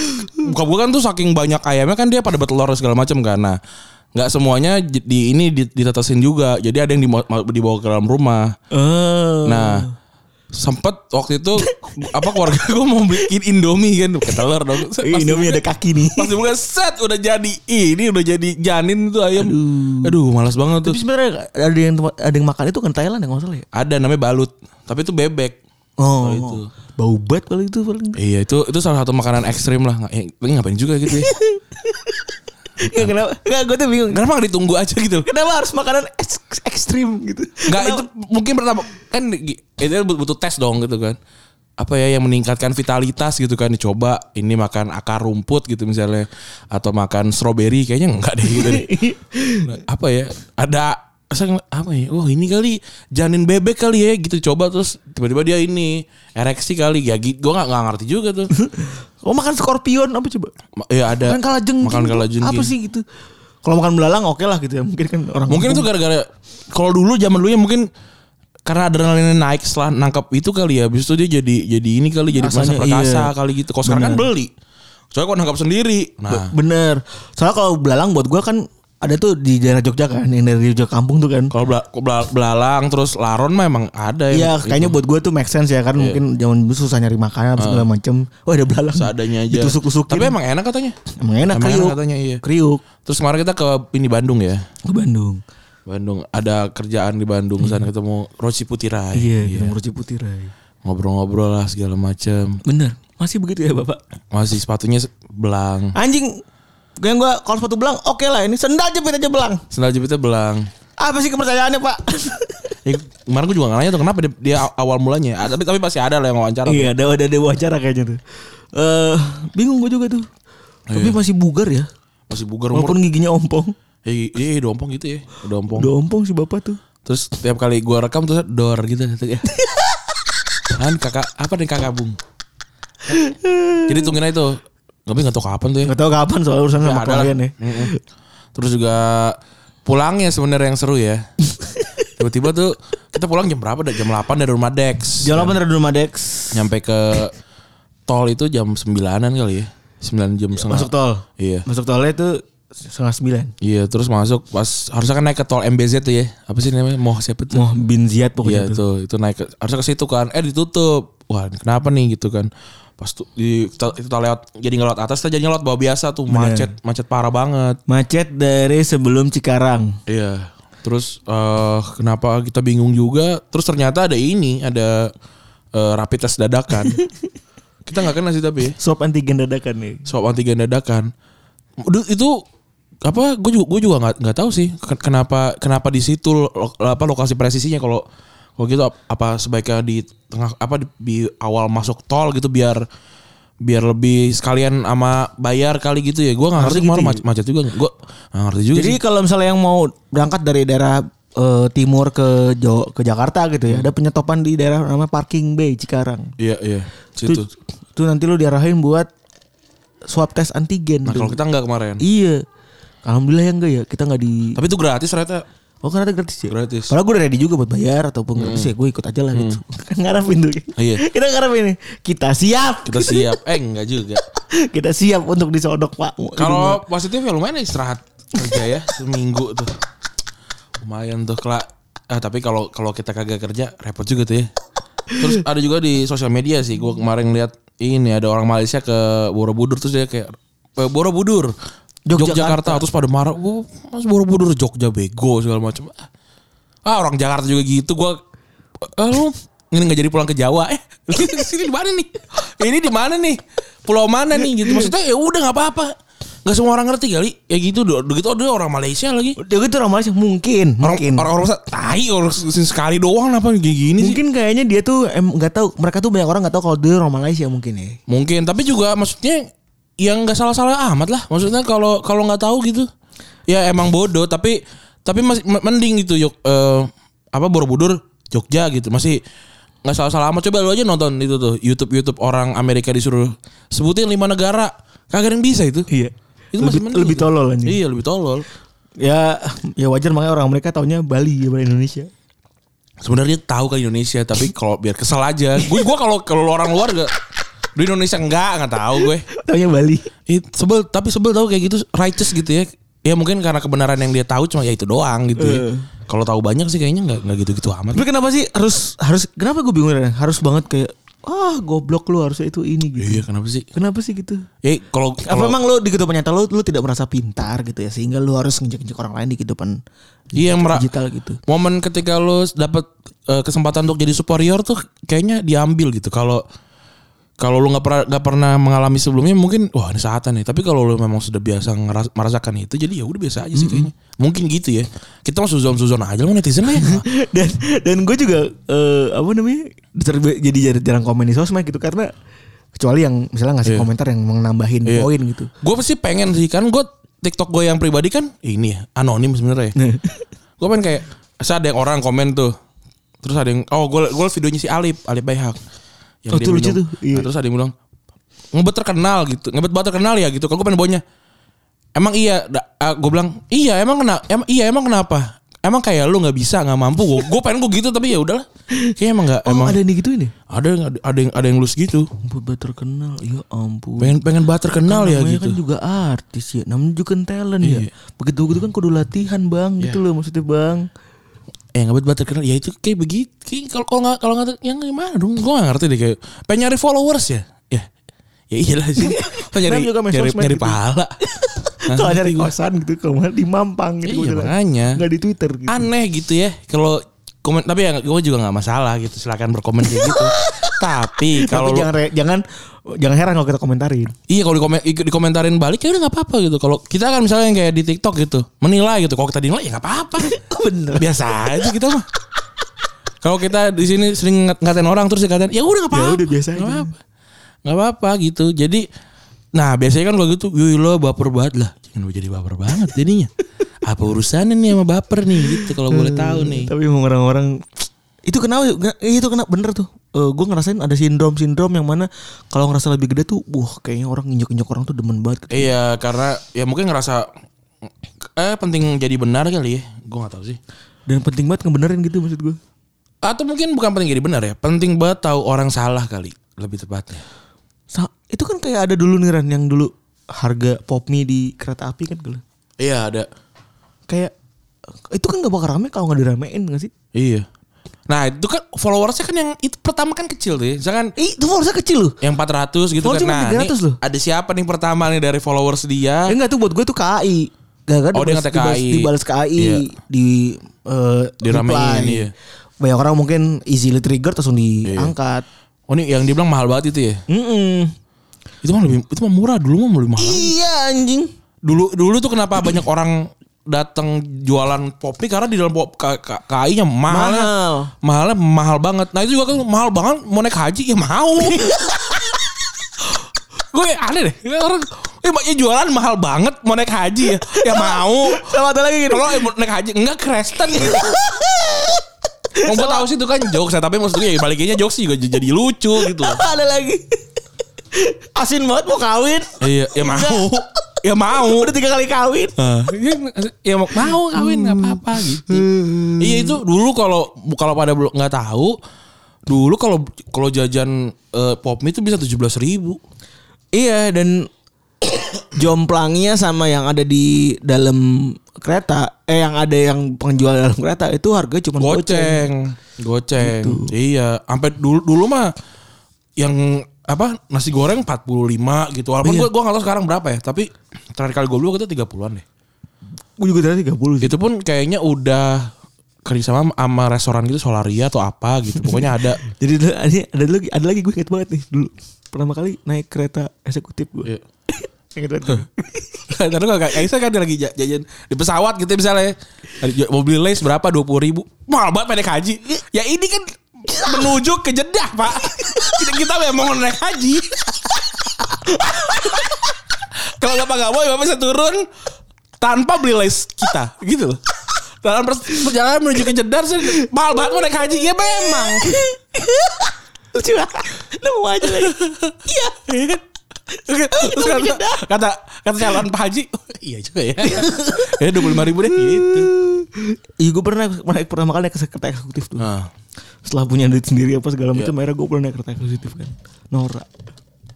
S3: buka gua kan tuh saking banyak ayamnya kan dia pada bertelur dan segala macam kan. Nah, nggak semuanya j- di ini di- ditetesin juga. Jadi ada yang dimo- ma- dibawa ke dalam rumah.
S2: Oh.
S3: Nah, sempet waktu itu [laughs] apa keluarga gua mau bikin Indomie kan ketelur dong. Pas
S2: Ih, Indomie ada kaki nih.
S3: Pas dibuka set udah jadi Ih, ini udah jadi janin tuh ayam. Aduh, malas banget tuh.
S2: Tapi sebenarnya ada yang ada yang makan itu kan Thailand yang masalah ya.
S3: Ada namanya balut, tapi itu bebek.
S2: Oh,
S3: itu.
S2: bau banget kalau itu paling.
S3: Iya, itu itu salah satu makanan ekstrim lah. Nggak- eh, Tapi ngapain juga gitu
S2: [laughs]
S3: ya.
S2: Enggak kenapa? Enggak gue tuh Iya, bingung.
S3: Kenapa nggak ditunggu aja gitu?
S2: Kenapa harus makanan eks- ekstrim gitu?
S3: Nggak
S2: Kenapa?
S3: itu mungkin pertama kan di- itu but- butuh tes dong gitu kan. Apa ya yang meningkatkan vitalitas gitu kan dicoba ini makan akar rumput gitu
S2: [laughs]
S3: misalnya atau makan stroberi kayaknya enggak deh gitu deh. Nah, apa ya? Ada saya ngeliat, apa ya oh ini kali janin bebek kali ya gitu coba terus tiba-tiba dia ini ereksi kali ya gitu gue nggak nggak ngerti juga
S2: [laughs]
S3: tuh
S2: Oh makan skorpion apa coba?
S3: Ma- ya ada
S2: Makan kalajengking.
S3: makan kalajengking.
S2: Apa sih gitu? Kalau makan belalang oke lah gitu ya. Mungkin kan orang
S3: mungkin itu gara-gara kalau dulu zaman dulu ya mungkin karena adrenalinnya naik setelah nangkap itu kali ya habis itu dia jadi jadi ini kali jadi masa
S2: Rasanya,
S3: perkasa
S2: iya.
S3: kali gitu kalau sekarang kan
S2: Bener.
S3: beli soalnya kalau nangkap sendiri
S2: Ah.
S3: nah
S2: bener. Soalnya kalau belalang buat gua kan ada tuh di daerah Jogja kan, yang dari Jogja kampung tuh kan.
S3: kalau bela- bela- belalang terus laron memang ada ya.
S2: Iya, kayaknya
S3: yang
S2: buat gua tuh make sense ya kan mungkin zaman dulu susah nyari makanan apa segala macem. Oh ada belalang.
S3: seadanya aja
S2: Ditusuk-tusukin.
S3: tapi emang enak katanya
S2: Emang enak
S3: Emang enak
S2: kriuk.
S3: katanya, iya.
S2: Kriuk
S3: terus kemarin kita ke ini Bandung ya
S2: ke Bandung.
S3: Bandung ada kerjaan di Bandung sana ketemu Roci Putirai
S2: Iya, di Nomor Ciputi Rai.
S3: ngobrol-ngobrol lah segala macam
S2: Bener. Masih begitu ya Bapak?
S3: masih sepatunya se- belang
S2: Anjing yang gua kalau sepatu belang oke lah ini sendal jepit aja belang.
S3: sendal jepitnya belang
S2: Apa sih kepercayaannya, Pak?
S3: Ya, kemarin gue juga gak nanya tuh kenapa dia, dia aw- awal mulanya. Ah, tapi tapi pasti ada lah yang
S2: [laughs]
S3: wawancara.
S2: iya, ada ada ada wawancara kayaknya tuh. Eh, bingung gua juga tuh. Tapi masih bugar ya.
S3: Masih bugar umur.
S2: Walaupun giginya ompong.
S3: Iya, iya, iya, dompong gitu ya. Dompong.
S2: Udah ompong si Bapak tuh.
S3: Terus tiap kali gue rekam terus dor gitu. Terus ya. Kan kakak apa nih kakak
S2: [laughs]
S3: bung? Jadi tungguin aja tuh. Tapi gak tau kapan tuh ya.
S2: Gak tahu kapan soal urusan
S3: Ya,
S2: sama
S3: ada lah.
S2: klien ya.
S3: Mm-mm. Terus juga pulangnya sebenarnya yang seru
S2: [laughs]
S3: ya. Tiba-tiba tuh kita pulang jam berapa? Dah? Jam 8 dari rumah Dex.
S2: Jalan apa dari rumah Dex?
S3: Nyampe ke tol itu jam 9-an kali ya. 9 jam setengah.
S2: Masuk tol.
S3: Iya.
S2: Masuk tolnya itu setengah sembilan.
S3: Iya terus masuk pas harusnya kan naik ke tol MBZ tuh ya apa sih namanya Moh siapa tuh?
S2: Mau bin Ziyad
S3: Iya
S2: pokoknya tuh.
S3: tuh itu naik ke, harusnya ke situ kan eh ditutup wah ini kenapa nih gitu kan pas tuh di kita, kita lewat jadi ngelewat atas kita jadi ngelewat bawah biasa tuh macet macet parah banget
S2: Macet dari sebelum Cikarang.
S3: iya terus eh kenapa kita bingung juga terus ternyata ada ini ada eh, rapid test [laughs] dadakan kita nggak kena sih tapi ya.
S2: Swab antigen dadakan nih.
S3: swab antigen dadakan Duh, itu apa gue juga gue juga nggak nggak tahu sih ken- kenapa kenapa di situ lo- apa lokasi presisinya kalau kalau gitu ap- apa sebaiknya di tengah apa di, di awal masuk tol gitu biar biar lebih sekalian sama bayar kali gitu ya gue nggak ngerti kemarin mac- macet juga gue nggak ngerti juga
S2: Jadi
S3: sih.
S2: kalau misalnya yang mau berangkat dari daerah eh, timur ke Jo- ke Jakarta gitu ya, ada penyetopan di daerah namanya Parking Bay Cikarang.
S3: iya iya
S2: Itu
S3: situ
S2: itu nanti lu diarahin buat swab tes antigen.
S3: nah
S2: tuh.
S3: kalau kita nggak kemarin
S2: Iya. Alhamdulillah ya enggak ya, kita nggak di
S3: tapi itu gratis ternyata
S2: Oh kan ada gratis ya?
S3: Gratis.
S2: Padahal gue udah ready juga buat bayar ataupun gratis ya gue ikut aja lah gitu. [laughs] Kan ngarepin tuh.
S3: Iya.
S2: [laughs] Kita ngarepin nih. Kita siap.
S3: kita siap eh nggak juga
S2: [laughs] Kita siap untuk disodok pak.
S3: Kalau positif ya lumayan istirahat kerja ya seminggu tuh. Lumayan tuh kelak. Ah, tapi kalau kalau kita kagak kerja repot juga tuh ya. Terus ada juga di sosial media sih gua kemarin lihat ini ada orang Malaysia ke Borobudur terus dia kayak eh, Borobudur
S2: Yogyakarta.
S3: Yogyakarta terus pada marah, "Wah, Mas Borobudur Jogja bego segala macam." Ah, orang Jakarta juga gitu gua eh, lu ini nggak jadi pulang ke Jawa eh sini di mana nih ini di mana nih pulau mana nih gitu maksudnya ya udah nggak apa-apa nggak semua orang ngerti kali ya gitu do do- gitu ada orang Malaysia lagi
S2: Dia gitu orang Malaysia mungkin,
S3: orang
S2: mungkin.
S3: orang orang tai orang sekali doang apa kayak gini sih
S2: mungkin kayaknya dia tuh em nggak tahu mereka tuh banyak orang nggak tahu kalau dia orang Malaysia mungkin ya
S3: mungkin tapi juga maksudnya yang nggak salah-salah amat lah maksudnya kalau kalau nggak tahu gitu ya emang bodoh tapi tapi masih m- mending gitu yuk eh, apa Borobudur Jogja gitu masih nggak salah-salah amat coba lu aja nonton itu tuh YouTube YouTube orang Amerika disuruh sebutin lima negara kagak ada yang bisa itu
S2: Iya. Lebih-
S3: itu masih mending
S2: lebih
S3: gitu.
S2: tolol anjing.
S3: iya lebih tolol
S2: ya ya wajar makanya orang mereka taunya Bali ya bukan Indonesia [laughs]
S3: sebenarnya tahu ke Indonesia tapi kalau biar kesel aja gue gua kalau kalau orang luar gak di Indonesia enggak nggak tahu gue
S2: taunya Bali
S3: It, sebel tapi sebel tahu kayak gitu righteous gitu ya. Ya mungkin karena kebenaran yang dia tahu cuma ya itu doang gitu
S2: Eh.
S3: ya. Kalau tahu banyak sih kayaknya nggak nggak gitu-gitu amat.
S2: tapi kenapa sih harus harus kenapa gue bingung Ren? harus banget kayak ah goblok lu harusnya itu ini gitu
S3: Iya kenapa sih?
S2: kenapa sih gitu
S3: Eh kalau
S2: apa
S3: kalau-
S2: emang lu di kehidupan nyata lu lu tidak merasa pintar gitu ya sehingga lu harus ngejek-ngejek orang lain di kehidupan
S3: iya yang mera-
S2: digital gitu
S3: momen ketika lo dapat eh, kesempatan untuk jadi superior tuh kayaknya diambil gitu. Kalau kalau lu nggak pernah nggak pernah mengalami sebelumnya mungkin wah ini saatan nih. Tapi kalau lu memang sudah biasa ngeras- merasakan itu jadi ya udah biasa aja sih kayaknya. Mungkin gitu ya. Kita masuk zone-zone aja lu netizen
S2: [laughs]
S3: lah ya.
S2: [laughs] dan dan gue juga eh, apa namanya serba- jadi jar- jarang komen di sosmed gitu karena kecuali yang misalnya ngasih komentar yang menambahin
S3: Iya.
S2: poin gitu
S3: Gue pasti
S2: [laughs]
S3: pengen sih kan gue TikTok gue yang pribadi kan ini ya anonim sebenarnya. gue pengen kayak Terus ada yang orang komen tuh. Terus ada yang oh gue gue liat videonya si Alip, Alip Baihak. Yang
S2: Oh,
S3: dia
S2: itu lucu
S3: bilang-
S2: tuh. Iya.
S3: Nah, terus ada yang bilang ngebet terkenal gitu. Ngebet banget terkenal ya gitu. Kan gue pengen bonya. Emang iya, gue bilang iya emang kenapa? Emang iya emang kenapa? Emang kayak lu nggak bisa nggak mampu gue. Gue pengen gue gitu tapi ya udahlah. Kayaknya emang nggak emang
S2: [laughs] Emang ada yang digituin ya?
S3: ada yang ada yang ada yang lus gitu.
S2: Buat terkenal. Ya ampun.
S3: Pengen pengen banget terkenal ya
S2: namanya
S3: gitu.
S2: kan juga artis ya namanya juga kan talent ya begitu begitu kan kudu latihan bang gitu loh maksudnya bang
S3: Eh nggak buat terkenal ya itu kayak begitu. Kayak kalau kalau nggak kalau nggak ter- yang gimana dong? Gue nggak ngerti deh kayak pengen nyari followers ya. Ya ya iyalah
S2: [laughs]
S3: sih. Pengen nyari
S2: Kan juga main
S3: nyari,
S2: sosmed
S3: nyari
S2: gitu.
S3: pahala. Nggak
S2: [laughs] kalau
S3: ngerti
S2: nyari
S3: gua.
S2: kosan gitu kalau di Mampang gitu
S3: Iya
S2: maksudnya.
S3: makanya.
S2: nggak di Twitter gitu
S3: Aneh gitu ya kalau komen tapi ya gue juga nggak masalah gitu silakan berkomen kayak
S2: [laughs]
S3: gitu. tapi
S2: tapi
S3: kalau lu-
S2: jangan re- jangan jangan heran kalau kita komentarin
S3: Iya kalau dikomen, ik- dikomentarin balik ya udah nggak apa-apa gitu. Kalau kita kan misalnya yang kayak di TikTok gitu menilai gitu. Kalau kita dinilai ya nggak
S2: [laughs]
S3: apa-apa.
S2: Oh, Bener.
S3: Biasa aja kita mah. Kalau kita di sini sering ngat- ngatain orang terus dikatain ya udah nggak apa-apa.
S2: udah, biasa
S3: Nggak
S2: aja.
S3: apa-apa. Nggak apa-apa gitu. Jadi nah biasanya kan kalau gitu gila baper banget lah. Jangan lu jadi baper banget jadinya. apa urusannya nih sama baper nih gitu kalau boleh tahu nih.
S2: tapi emang orang-orang itu kenapa ya? Eh, itu kena bener tuh gue ngerasain ada sindrom sindrom yang mana kalau ngerasa lebih gede tuh wah kayaknya orang injek injek orang tuh demen banget gitu."
S3: Iya karena ya mungkin ngerasa eh penting jadi benar kali ya. Gue nggak tahu sih.
S2: dan penting banget ngebenerin gitu maksud gue
S3: Atau mungkin bukan penting jadi benar ya. Penting banget tahu orang salah kali. Lebih tepatnya.
S2: Sa- itu kan kayak ada dulu nih Ran yang dulu harga pop mie di kereta api kan gitu.
S3: Iya ada.
S2: Kayak itu kan gak bakal rame kalau nggak diramein gak sih?
S3: Iya. Nah itu kan followersnya kan yang itu pertama kan kecil tuh ya. Misalkan
S2: Ih, itu followersnya kecil loh.
S3: yang 400 gitu
S2: Follower
S3: kan.
S2: cuma 300
S3: Nah ini
S2: loh.
S3: ada siapa nih pertama nih dari
S2: Ya
S3: followers dia.
S2: enggak tuh buat gue tuh KAI. Gak kan
S3: Oh, dia ngetek KAI.
S2: dibalas KAI
S3: Iya.
S2: di eh,
S3: Diramein,
S2: reply.
S3: iya.
S2: Banyak orang mungkin easily trigger terus langsung diangkat.
S3: Oh ini yang dibilang mahal banget itu ya.
S2: Mm-mm.
S3: Itu mah lebih itu mah murah dulu mah lebih mahal.
S2: Iya anjing.
S3: Dulu dulu tuh kenapa banyak orang datang jualan pop mie karena di dalam pop ka- ka- KAI nya mahalnya
S2: Mahal.
S3: mahalnya mahal banget. Nah itu juga kan mahal banget mau naik haji ya mau. gue aneh deh Ya orang eh mak- ya jualan mahal banget mau naik haji ya ya mau.
S2: Sama ada lagi gitu.
S3: Kalau eh, mau naik haji enggak Kristen gitu. Mau gue tahu sih itu kan jokes ya, tapi maksudnya ya baliknya jokes juga j- jadi lucu gitu.
S2: ada lagi. [laughs] Asin banget mau kawin.
S3: Iya, ya mau. Ya mau.
S2: Udah tiga kali kawin.
S3: Eh, ya mau mau kawin nggak apa-apa gitu. Iya itu dulu kalau kalau pada belum nggak tahu dulu kalau kalau jajan eh, pop mie itu bisa tujuh belas ribu.
S2: Iya dan [coughs] jomplangnya sama yang ada di dalam kereta eh yang ada yang penjual dalam kereta itu harganya cuma Kan goceng. Gitu.
S3: Goceng, goceng. Iya, sampai dulu dulu mah yang apa nasi goreng 45
S2: Iya.
S3: gitu. Walaupun gue gua nggak tahu sekarang berapa ya, tapi terakhir kali gue beli waktu itu 30-an deh.
S2: Gue juga tadi 30 sih.
S3: Itu pun kayaknya udah kerjasama sama restoran gitu Solaria atau apa gitu. Pokoknya
S2: [laughs]
S3: ada
S2: Jadi dulu- ada ada lagi ada lagi gue inget banget nih dulu pertama kali naik kereta eksekutif gue. [laughs]
S3: Iya.
S2: Ingat banget.
S3: Terus kalau Kak Aisyah kan dia lagi ja- jajan di pesawat gitu misalnya. Ada- Mau beli lace berapa? 20 ribu. Mahal banget pendek haji. Ya ini kan menuju ke Jeddah pak. Kita, kita memang mau naik haji. kalau bapak nggak mau ya bapak bisa turun tanpa beli lace kita gitu loh. Dalam pers- perjalanan menuju ke Jeddah terus mahal banget mau naik haji. Ya memang.
S2: [laughs] Lucu banget. Nemu aja
S3: [laughs]
S2: lagi. Iya.
S3: Terus kata, kata, kata calon Pak Haji, iya juga ya. Ya 25 ribu deh gitu.
S2: Iya gue pernah naik pertama kali naik kereta eksekutif tuh.
S3: Nah.
S2: Setelah punya duit sendiri apa
S3: Iya.
S2: segala macam akhirnya gue pernah naik kereta eksekutif kan. Nora.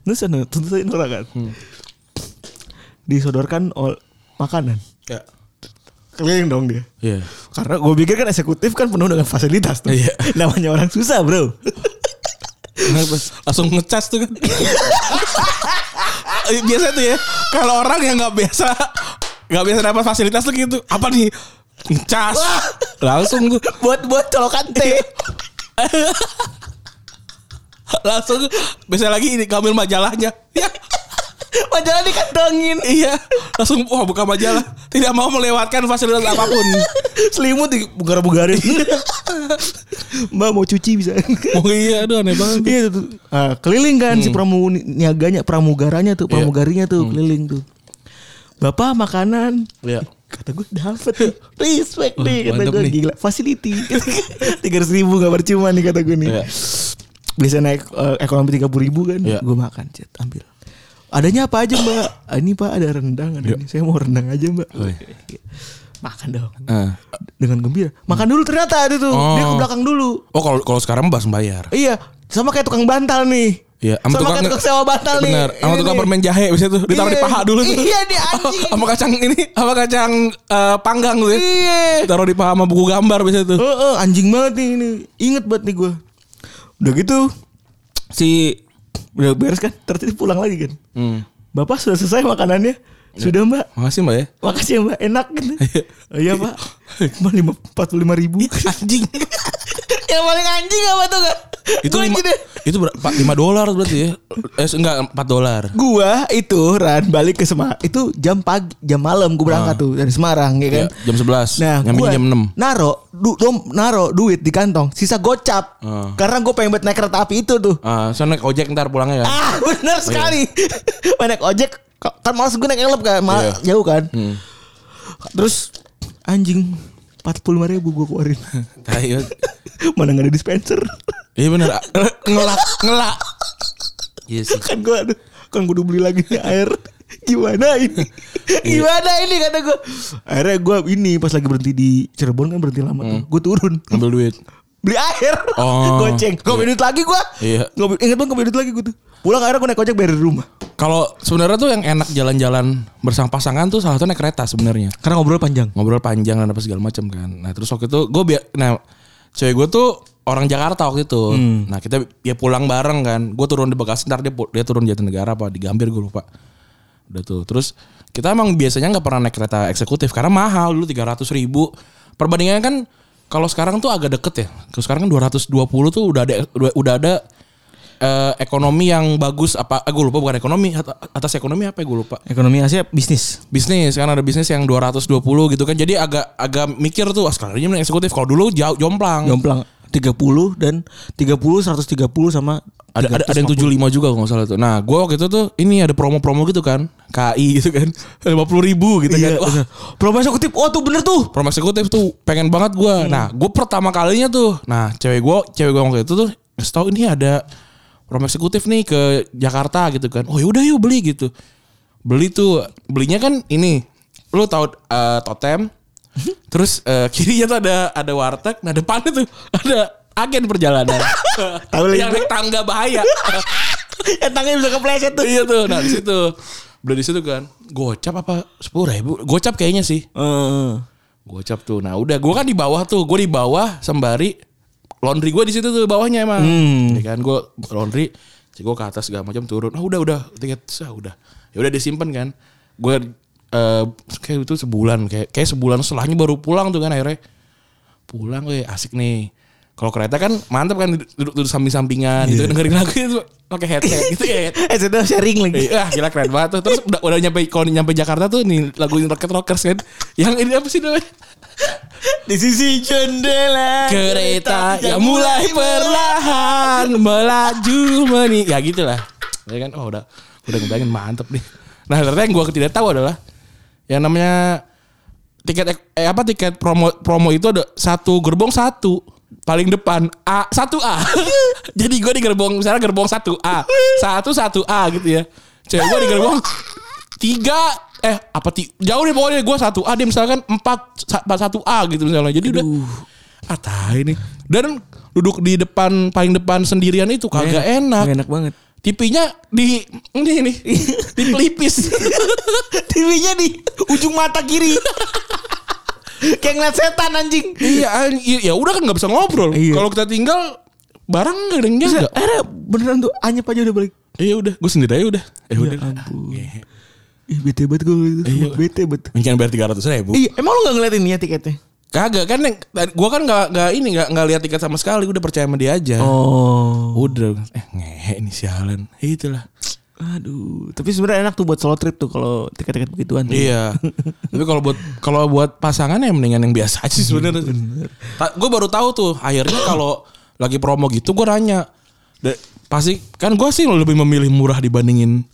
S2: Terus ada- tentu saja Nora kan.
S3: Hmm.
S2: Disodorkan ol- makanan.
S3: Ya.
S2: keliling dong dia.
S3: Iya.
S2: Karena gue pikir kan eksekutif kan penuh dengan fasilitas tuh.
S3: Iya.
S2: [laughs] Namanya orang susah bro.
S3: Langsung ngecas tuh kan. Eh, biasa tuh ya. Kalau orang yang nggak biasa nggak biasa dapat fasilitas tuh gitu. Apa nih? Ngecas. Langsung Iya. tuh.
S2: buat buat colokan teh.
S3: Langsung biasa lagi ini kamil majalahnya. Ya.
S2: Majalah dikantongin.
S3: Iya, langsung wah buka majalah. Tidak mau melewatkan fasilitas
S2: [laughs]
S3: apapun.
S2: Selimut dibugar-bugarin. [laughs] Mbak mau cuci bisa.
S3: Oh iya, aduh aneh banget.
S2: Iya tuh. Ah, keliling kan si pramu niaganya, pramugaranya tuh, pramugarinya tuh keliling tuh. Bapak makanan.
S3: Iya.
S2: kata gue dapet tuh respect nih kata
S3: mantep
S2: gue
S3: nih.
S2: gila facility [laughs] tiga ribu gak percuma nih kata gue nih
S4: Iya.
S2: biasa naik eh, ekonomi tiga puluh ribu kan
S4: Iya.
S2: gue makan cet ambil adanya apa aja mbak "Ah, ini pak ada rendang ada ini saya mau rendang aja mbak makan dong
S3: Ah.
S2: dengan gembira makan dulu ternyata ada tuh dia ke
S3: Oh.
S2: belakang dulu
S3: Oh kalau kalau sekarang Mbak sembayar.
S2: iya sama kayak tukang bantal nih
S3: Iya, sama
S2: sama
S3: tukang-
S2: kayak tukang sewa bantal nih
S3: Benar. Sama
S2: Ini
S3: tukang
S2: nih.
S3: permen jahe bisa tuh ditaruh di
S2: Iya.
S3: paha dulu tuh.
S2: [laughs] Iya, dia anjing.
S3: [laughs] Sama kacang ini, sama kacang eh, panggang tuh ya.
S2: Iya.
S3: Taruh di paha sama buku gambar bisa tuh.
S2: Eh, eh, anjing banget nih ini. Ingat banget nih gue. Udah gitu si udah beres kan, tertib pulang lagi kan.
S3: Hmm.
S2: Bapak sudah selesai makanannya.
S3: Iya.
S2: Sudah mbak.
S3: Makasih
S2: [laughs]
S3: Mbak ya.
S2: Makasih ya mbak, enak gitu. "Oh, Iya pak. Cuma lima empat puluh lima ribu.
S3: Iya, Anjing.
S2: [laughs] Yang paling anjing apa tuh kak?
S3: itu
S2: Gua gitu.
S3: lima,
S2: anjing deh.
S3: itu berapa? 5 dolar berarti ya. Eh enggak 4 dolar.
S2: Gua itu Ran balik ke Semarang itu jam pagi jam malam gue berangkat tuh dari Semarang ya kan.
S3: Ah. Iya, jam 11.
S2: Nah,
S3: Nyampe
S2: gua
S3: jam 6.
S2: Naro, du, dom- naro duit di kantong, sisa gocap.
S3: Ah.
S2: Karena gue pengen buat naik kereta api itu tuh.
S3: Ah, so naik ojek ntar
S2: [laughs]
S3: pulangnya kan.
S2: Ah, bener sekali. Gua naik ojek ka- kan males gue naik elep kan,
S3: Iya.
S2: mal- jauh kan.
S3: Hmm.
S2: Terus anjing 45 ribu gue keluarin. [laughs]
S3: Tai,
S2: iya.
S3: ya.
S2: Mana gak ada dispenser.
S3: Iya benar. [laughs] Ngelak, ngelak. Iya sih.
S2: kan gue aduh, kan gue udah beli lagi nih air. Gimana ini?
S3: Iya.
S2: Gimana ini kata gue. Akhirnya gue ini pas lagi berhenti di Cirebon kan berhenti lama tuh. Gue turun.
S3: Ambil duit.
S2: beli air
S3: Hmm. Oh.
S2: [laughs] goceng gue beli duit lagi gue
S3: Iya.
S2: Gua- inget banget gue beli duit lagi gue tuh pulang akhirnya gue naik ojek dari rumah
S3: Kalau sebenarnya tuh yang enak jalan-jalan bersama pasangan tuh salah satu naik kereta sebenarnya.
S2: karena ngobrol panjang
S3: Ngobrol panjang dan apa segala macam kan. Nah, terus waktu itu gue biar nah cewek gue tuh orang Jakarta waktu itu. Nah, kita ya pulang bareng kan. Gue turun di Bekasi, ntar dia pu- dia turun Jatinegara apa di Gambir gue lupa. Udah tuh. Terus kita emang biasanya nggak pernah naik kereta eksekutif karena mahal dulu 300 ribu. Perbandingannya kan kalau sekarang tuh agak deket ya. Kalau sekarang kan 220 tuh udah ada udah, udah ada eh, ekonomi yang bagus apa eh, gue lupa bukan ekonomi at- atas ekonomi apa ya gue lupa
S2: ekonomi Asia bisnis
S3: bisnis kan ada bisnis yang 220 gitu kan jadi agak agak mikir tuh ah, sekarang ini mending eksekutif kalau dulu jauh jomplang
S2: jomplang 30 dan 30 130 sama
S3: ada, ada ada yang 75 juga kalau nggak salah tuh nah gua waktu itu tuh ini ada promo-promo gitu kan KI gitu kan [laughs] 50 ribu gitu kan Wah,
S2: promo eksekutif oh tuh bener tuh Hmm.
S3: promo eksekutif tuh pengen banget gua nah gue pertama kalinya tuh nah cewek gua cewek gua waktu itu tuh ngasih tau ini ada promo eksekutif nih ke Jakarta gitu kan oh yaudah yuk beli gitu beli tuh belinya kan ini lu tau eh,
S2: [laughs]
S3: totem terus eh, kirinya tuh ada ada warteg nah depannya tuh ada agen perjalanan
S2: [laughs] Tahu lagi
S3: yang
S2: gua.
S3: naik tangga
S2: [laughs]
S3: bahaya
S2: [laughs] yang tangannya bisa kepleset tuh
S3: iya tuh nah di situ beli di situ kan gocap apa sepuluh ribu gocap kayaknya sih
S2: Heeh.
S3: Gocap tuh. Nah, udah gua kan di bawah tuh. Gua di bawah sembari laundry gua di situ tuh bawahnya emang. Ya kan gua laundry, cek gua ke atas segala macam turun. Ah, udah udah tiket sah udah. Ya udah disimpan kan. Gua eh, kayak itu sebulan kayak kayak sebulan setelahnya baru pulang tuh kan akhirnya. Pulang gue asik nih. Kalau kereta kan mantep kan duduk duduk samping sampingan gitu dengerin lagu itu pakai headset gitu ya.
S2: eh sudah sharing lagi
S3: Eh, ah gila keren banget tuh. Terus udah, udah nyampe kalau nyampe Jakarta tuh nih lagu Rocket Rockers kan. Yang ini apa sih namanya?
S2: di sisi jendela
S3: Kereta yang mulai perlahan [laughs] melaju meni. Ya gitulah. Ya kan oh udah udah ngebayangin mantep nih. Nah, ternyata yang gua tidak tahu adalah yang namanya tiket ek- eh, apa tiket promo promo itu ada satu gerbong satu paling depan A satu A [laughs] jadi gue di gerbong misalnya gerbong satu A satu satu A gitu ya cewek gue di gerbong tiga eh apa ti- jauh deh pokoknya gue satu A dia misalkan empat sa- empat satu A gitu misalnya jadi udah ah tai nih dan duduk di depan paling depan sendirian itu kagak
S2: Iya.
S3: enak,
S2: Nggak enak [laughs] banget
S3: tipinya di ini
S2: [laughs]
S3: nih di pelipis
S2: TV-nya di ujung mata [laughs] kiri. Kayak ngeliat setan anjing.
S3: Iya, an- i- ya udah kan nggak bisa ngobrol.
S2: Iya.
S3: Kalau kita tinggal barang nggak ada yang jaga.
S2: Akhirnya beneran tuh Anyep aja udah balik.
S3: Iya udah, gue sendiri aja udah. Eh
S2: Ya
S3: udah.
S2: ampun. Ih bete banget gue gitu. Bete banget.
S3: Mungkin bayar tiga ratus ribu.
S2: Iya, emang lu gak ngeliatin ya tiketnya?
S3: Kagak kan? Yang, tadi- gua kan nggak nggak ini nggak nggak lihat tiket sama sekali. Udah percaya sama dia aja.
S2: Oh.
S3: Udah. Eh ngehe ini sialan. Ya, Itulah.
S2: Aduh, tapi sebenarnya enak tuh buat solo trip tuh kalau tiket-tiket begituan.
S3: Iya. Tapi kalau buat kalau buat pasangan ya mendingan yang biasa aja sih sebenarnya. Gue baru tahu tuh akhirnya kalau lagi promo gitu gue nanya. Da- pasti kan gue sih lebih memilih murah dibandingin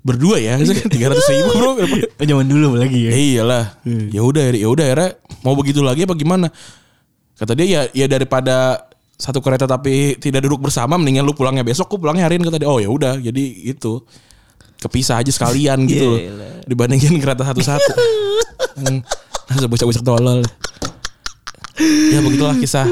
S3: berdua ya tiga ratus ribu bro
S2: Oh, [laughs] zaman dulu lagi ya.
S3: ya iyalah ya udah ya udah akhirnya mau begitu lagi apa gimana kata dia ya ya daripada satu kereta tapi tidak duduk bersama mendingan lu pulangnya besok ku pulangnya hari ini kata dia oh ya udah jadi itu kepisah aja sekalian gitu loh
S2: Gila.
S3: dibandingin kereta satu-satu Hmm, langsung bocah-bocah tolol ya begitulah kisah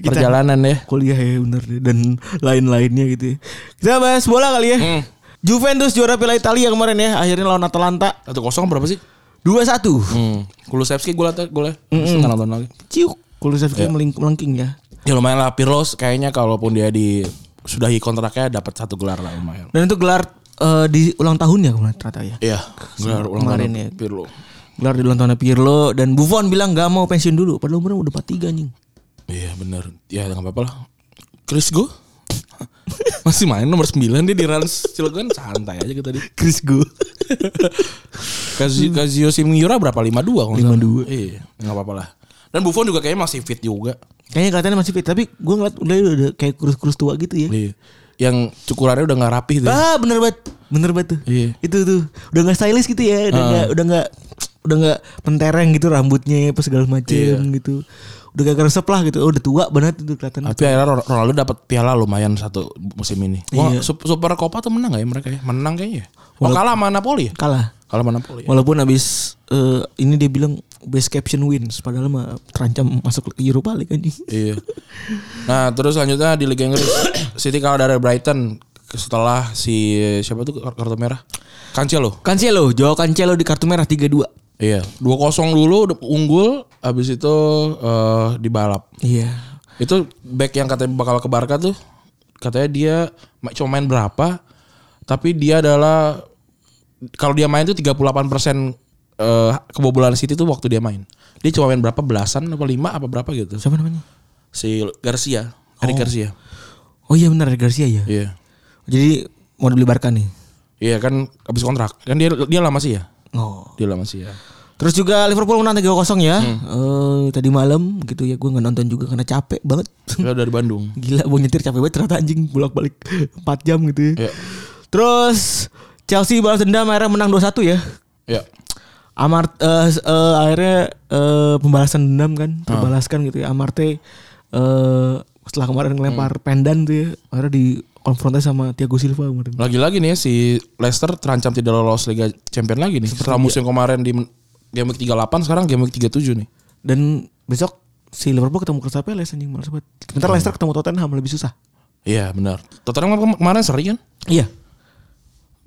S2: Kita-
S3: perjalanan ya
S2: Kuliah ya bener deh. dan lain-lainnya gitu. ya. Kita bahas bola kali ya.
S3: Hmm.
S2: Juventus juara Piala Italia kemarin ya, akhirnya lawan Atalanta
S3: satu kosong berapa sih
S2: 2-1.
S3: hmm. Kulusevski gue liat gue liat nggak nonton lagi
S2: Ciuk, Kulusevski meling- melengking ya.
S3: Ya lumayan lah Pirlo kayaknya kalaupun dia di sudahi kontraknya dapat satu gelar lah lumayan.
S2: Dan itu gelar eh, di ulang tahunnya kemarin ternyata ya.
S3: Iya, gelar ulang
S2: Kemarin
S3: tahun
S2: ya.
S3: Pirlo.
S2: Gelar di ulang tahunnya Pirlo dan Buffon bilang gak mau pensiun dulu padahal umurnya udah 43 anjing.
S3: Iya benar. Ya enggak apa-apa lah. Chris Go [laughs] masih main nomor 9 dia di Rans Cilegon santai aja kita tadi.
S2: Chris Gu. Hmm.
S3: Kazu- Kazuyo Shimura berapa 52 kalau nggak salah.
S2: 52.
S3: Iya, enggak apa-apa lah. Dan Buffon juga kayaknya masih fit juga.
S2: [laughs] Kayaknya katanya masih fit tapi gue ngeliat udah, udah kayak kurus-kurus tua gitu ya.
S3: Iya. Yang cukurannya udah nggak rapih tuh.
S2: Ah bener banget, bener banget tuh.
S3: Iya.
S2: Itu tuh udah nggak stylish gitu ya, udah nggak udah nggak udah nggak pentereng gitu rambutnya apa segala macem gitu. Udah gak resep lah gitu. Oh, udah tua banget itu kelihatan.
S3: Tapi akhirnya Ron- Ronaldo dapat piala lumayan satu musim ini. Wah,
S2: Iya.
S3: Sup- Super Copa tuh menang gak ya mereka ya? Menang kayaknya. ya? Oh, kalah sama Napoli ya?
S2: Kalah.
S3: Kalah sama Napoli. Ya?
S2: Walaupun abis eh, ini dia bilang best caption wins padahal mah terancam masuk ke Europa League anjing.
S3: iya. Nah, terus selanjutnya di Liga Inggris [coughs] City kalah dari Brighton setelah si siapa tuh kar- kartu merah? Cancelo.
S2: [laughs] Cancelo, Joao Cancelo di kartu merah 3-2.
S3: Iya, 2-0 dulu udah unggul habis itu eh dibalap.
S2: Iya.
S3: Itu back yang katanya bakal ke Barca tuh katanya dia ma- cuma main berapa tapi dia adalah kalau dia main tuh 38% eh, kebobolan City tuh waktu dia main. Dia cuma main berapa belasan apa lima apa berapa gitu.
S2: Siapa namanya?
S3: Si Garcia, Eric Garcia.
S2: Oh iya benar Garcia ya.
S3: Iya.
S2: Jadi mau dibeli Barca nih.
S3: Iya kan habis kontrak. Kan dia dia lama sih ya.
S2: Oh.
S3: Dia lama sih ya.
S2: Terus juga Liverpool menang 3-0 ya. Eh, tadi malam gitu ya gue nggak nonton juga karena capek banget. [laughs]
S3: Dia dari Bandung.
S2: Gila mau nyetir capek banget ternyata anjing bolak-balik 4 jam gitu ya.
S3: Iya.
S2: Terus Chelsea balas dendam akhirnya menang 2-1 ya.
S3: Iya.
S2: Amar eh, eh, akhirnya eh, pembalasan dendam kan terbalaskan gitu ya. Amarte eh, setelah kemarin ngelempar pendan tuh ya akhirnya dikonfrontasi sama Thiago Silva kemarin.
S3: Lagi-lagi nih ya, si Leicester terancam tidak lolos Liga Champions lagi nih. Setelah musim kemarin di men- game week 38 sekarang game week 37 nih.
S2: Dan besok si Liverpool ketemu Crystal Palace anjing malas banget. Bentar Leicester ketemu Tottenham lebih susah.
S3: Iya benar. Tottenham kan kemarin seri kan?
S2: Iya,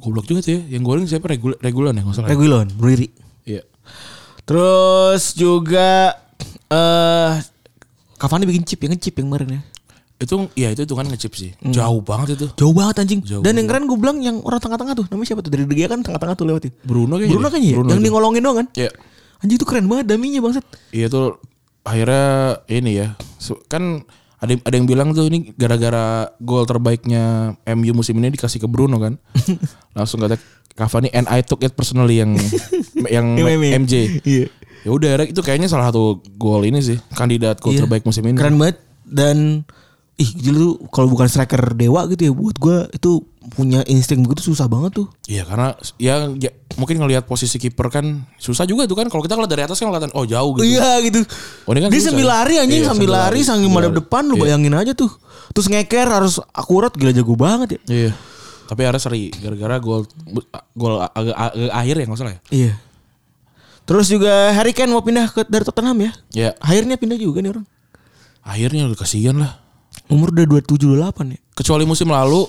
S3: Goblok juga tuh ya. Yang golin siapa Regul regulan ya nggak salah. ya?
S2: Reguilon, Briri.
S3: Iya.
S2: Terus juga eh Cavani bikin chip, yang chip yang kemarin ya.
S3: Itu ya itu tuh kan ngechip sih. Jauh banget itu.
S2: Jauh banget anjing. Dan yang keren gue bilang yang orang tengah-tengah tuh, namanya siapa tuh? Dari Degea kan tengah-tengah tuh lewat ya.
S3: Bruno kayaknya.
S2: Bruno Mm,
S3: deh.
S2: kan ya,
S3: Bruno
S2: yang
S3: itu.
S2: di ngolongin doang kan?
S3: Iya.
S2: Anjing itu keren banget daminya bangsat.
S3: Iya tuh akhirnya ini ya. Su- Kan ada ada yang bilang tuh ini gara-gara gol terbaiknya MU musim ini dikasih ke
S2: [laughs]
S3: Bruno kan. Langsung kata Cavani and I took it
S2: [laughs]
S3: personally yang yang MJ.
S2: Iya.
S3: Ya udah Eric, itu kayaknya salah satu gol ini sih kandidat gol
S2: Iya.
S3: terbaik musim ini.
S2: Keren banget dan ih gila tuh kalau bukan striker dewa gitu ya buat gue itu punya insting begitu susah banget tuh.
S3: Iya karena ya, ya, mungkin ngelihat posisi kiper kan susah juga tuh kan kalau kita ngeliat dari atas kan kelihatan oh jauh gitu.
S2: Iya gitu.
S3: Oh, ini kan
S2: dia
S3: susah
S2: sambil
S3: ya?
S2: lari anjing sambil
S3: Iya, sambil
S2: lari
S3: lari.
S2: sambil madep
S3: Iya.
S2: depan lu
S3: Iya.
S2: bayangin aja tuh. Terus ngeker harus akurat gila jago banget ya.
S3: Iya. Tapi akhirnya seri gara-gara gol gol agak, agak akhir ya nggak salah ya.
S2: Iya. Terus juga Harry Kane mau pindah ke dari Tottenham ya.
S3: Ya
S2: Akhirnya pindah juga nih orang.
S3: akhirnya udah kasihan lah.
S2: Umur udah 27 28 ya.
S3: Kecuali musim lalu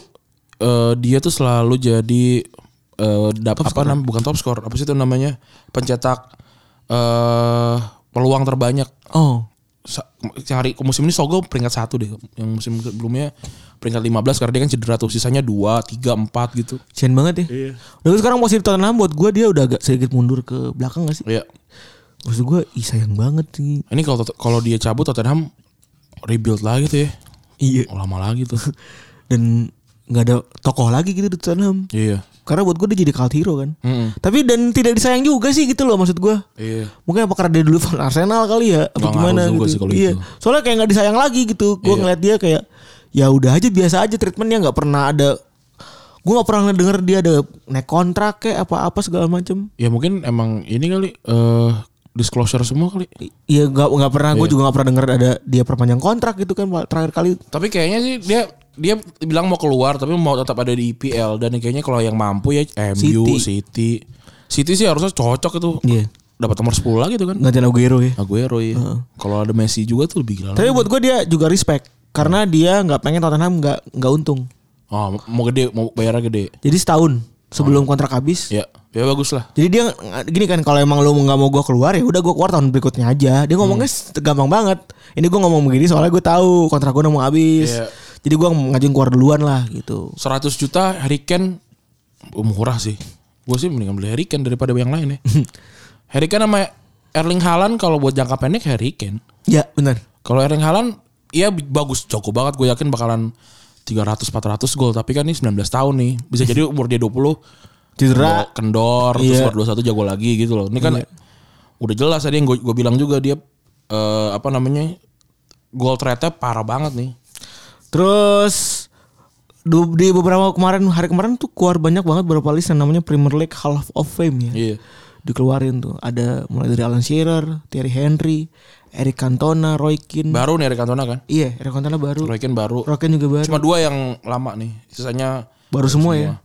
S3: eh, dia tuh selalu jadi eh, dap, apa namanya bukan top score apa sih itu namanya pencetak eh peluang terbanyak
S2: Oh.
S3: Sa- hari ke musim ini Sogo peringkat satu deh yang musim sebelumnya peringkat 15 karena dia kan cedera tuh sisanya 2, 3, 4 gitu
S2: Sian banget ya. Iya. Udah sekarang posisi Tottenham buat gue dia udah agak sedikit mundur ke belakang gak sih?
S3: ya
S2: Maksud gue ih sayang banget sih.
S3: ini kalau kalau dia cabut Tottenham rebuild lagi tuh ya
S2: Iya.
S3: Oh, lama lagi [laughs] tuh
S2: [laughs] Dan nggak ada tokoh lagi gitu di Tottenham.
S3: iya
S2: Karena buat gue dia jadi cult hero kan.
S3: Mm-mm.
S2: Tapi dan tidak disayang juga sih gitu loh maksud gue.
S3: iya
S2: Mungkin apa karena dia dulu fan Arsenal kali ya apa
S3: Nggak
S2: gimana
S3: ngaruh juga
S2: gitu.
S3: sih kalau
S2: iya.
S3: itu. Iya.
S2: Soalnya kayak nggak disayang lagi gitu. Gue ngeliat dia kayak ya udah aja biasa aja treatmentnya nggak pernah ada Gue gak pernah denger dia ada naik kontrak kayak apa-apa segala macem.
S3: Ya mungkin emang ini kali eh disclosure semua kali.
S2: Iya gak, nggak pernah, gue juga gak pernah denger ada dia perpanjang kontrak gitu kan terakhir kali.
S3: Tapi kayaknya sih dia dia bilang mau keluar tapi mau tetap ada di IPL dan kayaknya kalau yang mampu ya MU, City.
S2: City.
S3: City, sih harusnya cocok itu.
S2: Iya.
S3: Dapat nomor 10 lagi tuh kan.
S2: Gantiin Aguero ya.
S3: Aguero ya. Kalau ada Messi juga tuh lebih gila.
S2: Tapi buat gue dia juga respect. Karena dia gak pengen Tottenham gak, nggak untung.
S3: Oh, mau gede, mau bayarnya gede.
S2: Jadi setahun sebelum kontrak habis.
S3: Ya, ya bagus lah.
S2: Jadi dia gini kan kalau emang lu nggak mau gua keluar ya udah gua keluar tahun berikutnya aja.
S3: Hmm.
S2: Dia ngomongnya s- gampang banget. Ini gua ngomong begini soalnya gua tahu kontrak gua udah mau habis.
S3: Iya.
S2: Jadi gua ngajuin keluar duluan lah gitu.
S3: 100 juta Harry Kane oh, murah sih. Gue sih mendingan beli Harry Kane daripada yang
S2: [laughs]
S3: lain ya. Harry Kane sama Erling Haaland kalau buat jangka pendek Harry Kane.
S2: Ya benar.
S3: Kalau Erling Haaland ya bi- bagus jago banget gue yakin bakalan 300 400 gol tapi kan ini 19 tahun nih. Bisa
S2: [laughs]
S3: jadi umur dia 20 kendor,
S2: Cedera.
S3: kendor terus
S2: Iya.
S3: baru 21 jago lagi gitu loh. Ini kan udah jelas tadi yang gue bilang juga dia eh, apa namanya? Gol ternyata parah banget nih.
S2: Terus du- di beberapa kemarin hari kemarin tuh keluar banyak banget beberapa list yang namanya Premier League Hall of Fame ya.
S3: Iya.
S2: Dikeluarin tuh ada mulai dari Alan Shearer, Thierry Henry, Eric Cantona, Roy Keane.
S3: Baru nih Eric Cantona kan.
S2: iya, Eric Cantona baru.
S3: Roy Keane baru.
S2: Roy Keane juga baru.
S3: Cuma dua yang lama nih. Sisanya
S2: Baru semua, ya.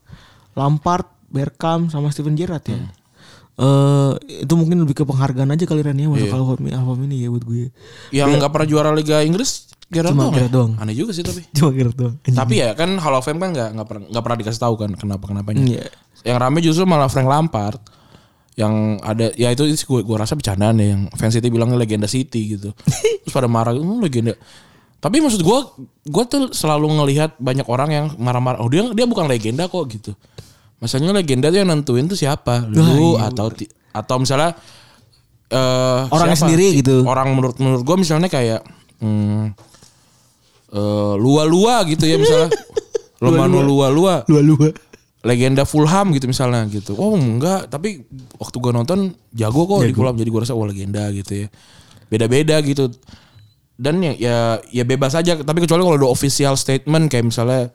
S2: Lampard, Berkham sama Steven Gerrard ya. Eh itu mungkin lebih ke penghargaan aja kali Ren ya masuk Hall of Fame album ini ya buat gue. [laughs]
S3: yang nggak pernah juara Liga Inggris Gerard
S2: Cuma
S3: doang,
S2: Gerrard
S3: ya?
S2: doang.
S3: Aneh juga sih tapi.
S2: Cuma kira doang.
S3: tapi ya kan Hall of Fame kan nggak nggak pernah nggak pernah dikasih tahu kan kenapa kenapanya.
S2: Iya.
S3: Yang rame justru malah Frank Lampard yang ada ya itu sih gue gue rasa bercandaan ya yang fans City bilangnya legenda City
S2: [laughs]
S3: gitu. Terus pada marah "Hmm, legenda. Tapi maksud gue gue tuh selalu ngelihat banyak orang yang marah-marah. Oh dia dia bukan legenda kok gitu. Masalahnya legenda tuh yang nentuin tuh siapa lu
S2: iya.
S3: atau ti- atau misalnya eh
S2: Orangnya sendiri gitu.
S3: Orang menurut menurut gue misalnya kayak hmm, eh, lua-lua gitu ya [laughs] misalnya. Lomano lua-lua
S2: Lua-lua.
S3: legenda Fulham gitu misalnya gitu. Oh enggak, tapi waktu gua nonton jago kok di Fulham jadi gua rasa wah legenda gitu ya. Beda-beda gitu. Dan ya ya, ya bebas aja tapi kecuali kalau ada official statement kayak misalnya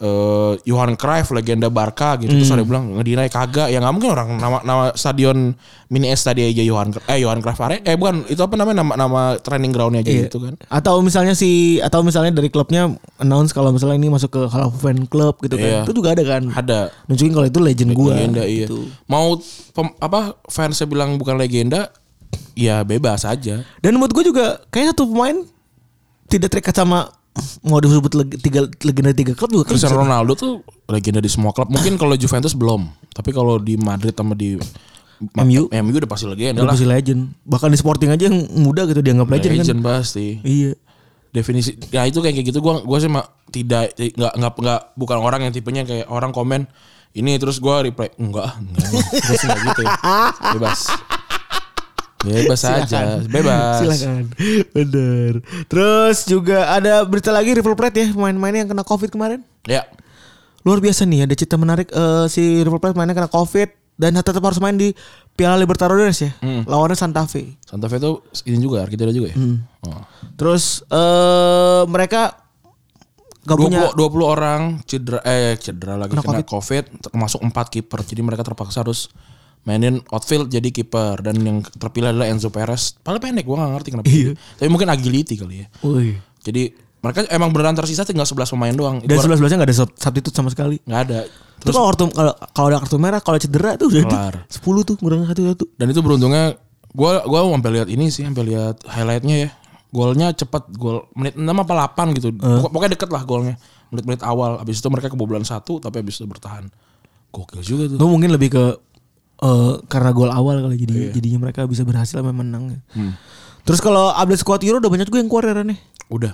S3: eh Johan Cruyff legenda Barca gitu terus ada yang bilang ngedinai kagak ya nggak mungkin orang nama nama stadion mini es tadi aja Johan Cr- eh Johan Cruyff Arena eh bukan itu apa namanya nama nama training groundnya
S2: Iya.
S3: aja gitu kan
S2: Atau misalnya si atau misalnya dari klubnya announce kalau misalnya ini masuk ke Hall of Fame Club gitu
S3: Iya.
S2: kan. Itu juga ada kan.
S3: ada
S2: Nunjukin kalau itu legend gitu. gue.
S3: legenda iya. Mau pem- apa fansnya bilang bukan legenda, ya bebas aja.
S2: Dan menurut gue juga kayak satu pemain tidak terikat sama mau disebut leg- tiga legenda tiga klub juga kan bisa.
S3: Cristiano Ronaldo tuh legenda di semua klub. Mungkin kalau Juventus belum, tapi kalau di Madrid sama di Ma-
S2: MU.
S3: MU udah pasti legenda
S2: Udah
S3: lah.
S2: pasti legend. Bahkan di Sporting aja yang muda gitu dianggap legend, kan.
S3: Legend pasti.
S2: Iya.
S3: Definisi ya itu kayak kayak gitu gua gua sih mah tidak nggak nggak nggak bukan orang yang tipenya kayak orang komen ini terus gua reply enggak enggak Gua sih nggak
S2: [laughs]
S3: gitu ya. bebas bebas aja bebas
S2: Silakan. Bener. Terus juga ada berita lagi River Plate ya pemain-pemainnya yang kena Covid kemarin.
S3: ya
S2: Luar biasa nih ada cerita menarik eh, si River Plate mainnya kena Covid dan tetap harus main di Piala Libertadores ya. Lawannya Santa Fe.
S3: Santa Fe tuh ini juga Argentina juga ya.
S2: Hmm.
S3: Oh.
S2: Terus eh mereka gak
S3: 20,
S2: punya
S3: 20 orang cedera eh cedera lagi
S2: Kena
S3: kena, COVID. termasuk 4 kiper. Jadi mereka terpaksa harus mainin outfield jadi kiper dan yang terpilih adalah Enzo Perez. Paling pendek gua gak ngerti kenapa.
S2: Iya.
S3: Tapi mungkin agility kali ya.
S2: Wih.
S3: Jadi mereka emang beneran tersisa tinggal 11 pemain doang.
S2: Dan
S3: Gua-
S2: sebelas sebelasnya gak ada sub- substitute sama sekali.
S3: nggak ada.
S2: Terus kalau kartu kalau kalau ada kartu merah kalau cedera tuh udah
S3: Kelar.
S2: tuh 10 tuh kurang satu satu.
S3: Dan itu beruntungnya gua gua sampai lihat ini sih, sampai lihat highlightnya ya. Golnya cepat, gol menit 6 apa 8 gitu. Pokok- Pokoknya deket lah golnya. Menit-menit awal. Habis itu mereka kebobolan satu tapi habis itu bertahan. Gokil juga tuh.
S2: Gue mungkin lebih ke eh, karena gol awal kali jadi jadinya mereka bisa berhasil sama menang. ya. Terus kalau update squad Euro udah banyak juga yang keluar ya Ren, ya.
S3: Udah.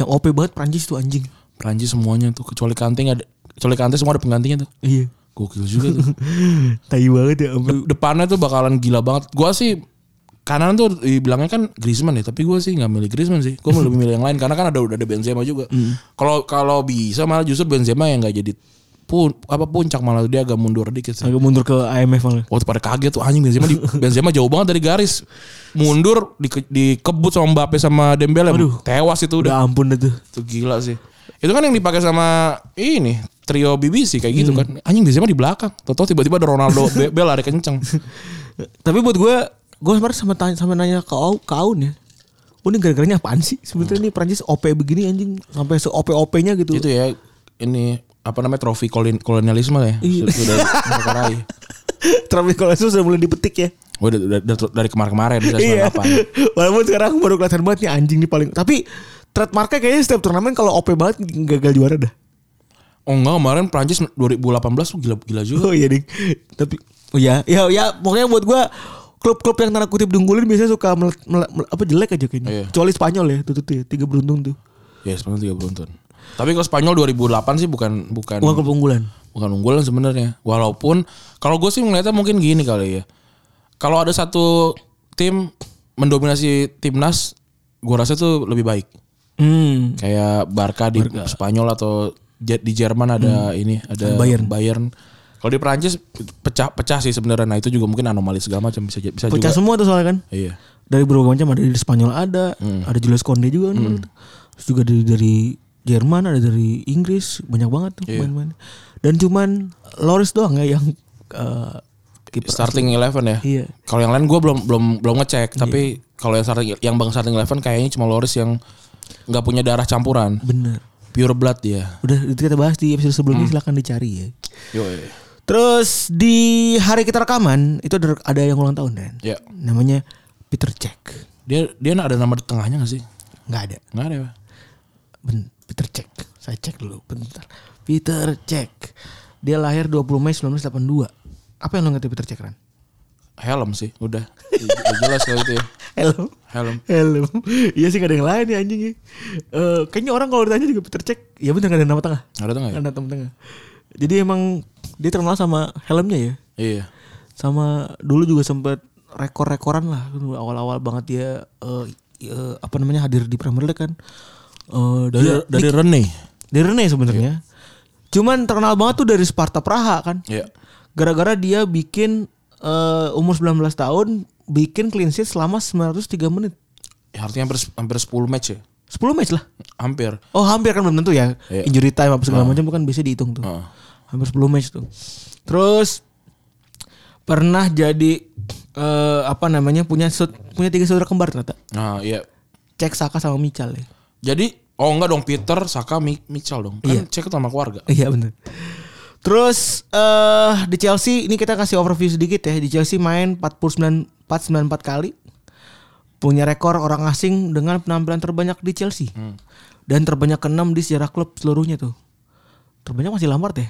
S2: Yang OP banget Prancis tuh anjing.
S3: Perancis semuanya tuh kecuali Kante nggak ada kecuali Kante semua ada penggantinya tuh.
S2: Iya.
S3: Gokil juga tuh.
S2: [laughs] Tai banget ya ampun.
S3: De- Depannya tuh bakalan gila banget. Gua sih kanan tuh dibilangnya kan Griezmann ya, tapi gua sih nggak milih Griezmann sih. Gua lebih milih yang lain karena kan ada udah ada Benzema juga. Kalau kalau bisa malah justru Benzema yang nggak jadi pun apa puncak malah dia agak mundur dikit sih.
S2: Agak mundur ke IMF malah.
S3: Waktu pada kaget tuh anjing Benzema di, [laughs] Benzema jauh banget dari garis. Mundur di, dikebut sama Mbappe sama Dembele. Tewas itu udah.
S2: Udah ampun dah tuh.
S3: Itu gila sih. Itu kan yang dipakai sama ini trio BBC kayak gitu kan. Anjing biasanya mah di belakang. Toto tiba-tiba ada Ronaldo Be- Bel lari kenceng.
S2: Tapi buat gue, gue sebenarnya sama tanya sama nanya ke Au, ke Aun ya. Oh, ini gara-garanya apaan sih? Sebetulnya ini Prancis OP begini anjing sampai se OP OP-nya gitu. [laughs]
S3: itu ya ini apa namanya trofi kolin- kolonialisme ya. Sudah mereka raih.
S2: Travis Kolosu sudah mulai dipetik ya.
S3: Udah, udah- udah- dari kemarin-kemarin dari
S2: Iya. [laughs]
S3: 98.
S2: Walaupun sekarang baru kelihatan banget nih anjing nih paling. Tapi trademarknya kayaknya setiap turnamen kalau OP banget gagal juara dah.
S3: Oh enggak kemarin Prancis 2018 tuh gila gila juga.
S2: Oh iya ding. Tapi oh ya, ya ya pokoknya buat gua klub-klub yang tanda kutip diunggulin biasanya suka mele- mele- mele- apa jelek aja kayaknya.
S3: Iya.
S2: Kecuali Spanyol ya, tuh tuh, tuh ya, tiga beruntun tuh.
S3: Ya Spanyol tiga beruntun. Tapi kalau Spanyol 2008 sih bukan bukan
S2: Bukan klub unggulan.
S3: bukan unggulan sebenarnya. Walaupun kalau gue sih ngeliatnya mungkin gini kali ya. Kalau ada satu tim mendominasi timnas, gue rasa tuh lebih baik.
S2: Hmm.
S3: Kayak Barca di Spanyol atau Je- di Jerman ada ini ada
S2: Bayern.
S3: Kalau di Prancis pecah-pecah sih sebenarnya. Nah itu juga mungkin anomali segala macam bisa j- bisa
S2: Pecah
S3: juga.
S2: semua tuh soalnya kan.
S3: Iya.
S2: Dari berbagai macam ada dari Spanyol ada, ada Jules Konde juga kan. Terus juga dari dari Jerman ada dari Inggris banyak banget tuh pemain-pemain. Dan cuman Loris doang ya yang eh, kiper
S3: starting eleven ya.
S2: Iya.
S3: Kalau yang lain gue belum belum belum ngecek, tapi kalau yang starting yang bang starting eleven kayaknya cuma Loris yang nggak punya darah campuran,
S2: bener.
S3: pure blood dia.
S2: Udah itu kita bahas di episode sebelumnya silahkan dicari ya.
S3: Yo.
S2: Terus di hari kita rekaman itu ada, ada yang ulang tahun dan
S3: Ya.
S2: namanya Peter Cech.
S3: Dia dia ada nama di tengahnya gak sih?
S2: Nggak ada.
S3: Nggak ada. ya?
S2: Ben, Peter Cech. Saya cek dulu bentar. Peter Cech. Dia lahir 20 Mei 1982. Apa yang lo ngerti Peter Cech Ran?
S3: Helm sih, udah. Udah jelas kalau itu ya.
S2: Helm.
S3: Helm.
S2: Helm. Iya sih gak ada yang lain ya anjing ya. Eh, kayaknya orang kalau ditanya juga Peter Cech. Ya bener gak ada nama tengah.
S3: Nggak ada tengah
S2: Nggak
S3: ya?
S2: ada nama tengah. Jadi emang dia terkenal sama helmnya ya.
S3: Iya.
S2: sama dulu juga sempet rekor-rekoran lah Dulu awal-awal banget dia eh, eh, apa namanya hadir di Premier League kan Eh,
S3: Dari
S2: dia
S3: dari Rene.
S2: dari Rene sebenarnya cuman terkenal banget tuh dari Sparta Praha kan
S3: Iya.
S2: gara-gara dia bikin eh, umur 19 tahun bikin clean sheet selama 903 menit
S3: Ya, artinya hampir hampir 10 match ya.
S2: 10 match lah
S3: Hampir.
S2: Oh hampir kan belum tentu ya.
S3: Iya. Ah.
S2: Injury time apa segala macam bukan biasanya dihitung tuh.
S3: Heeh.
S2: Hampir 10 match tuh. Terus pernah jadi eh, apa namanya punya saud- punya tiga saudara kembar ternyata.
S3: Nah, iya.
S2: Cek Saka sama Michal ya.
S3: Jadi oh enggak dong Peter, Saka, Mi- Mitchell dong. Kan cek itu sama keluarga.
S2: Iya benar. Terus eh di Chelsea ini kita kasih overview sedikit ya. Di Chelsea main 49 494 kali. Punya rekor orang asing dengan penampilan terbanyak di Chelsea. Dan terbanyak keenam di sejarah klub seluruhnya tuh. Terbanyak masih Lampard ya.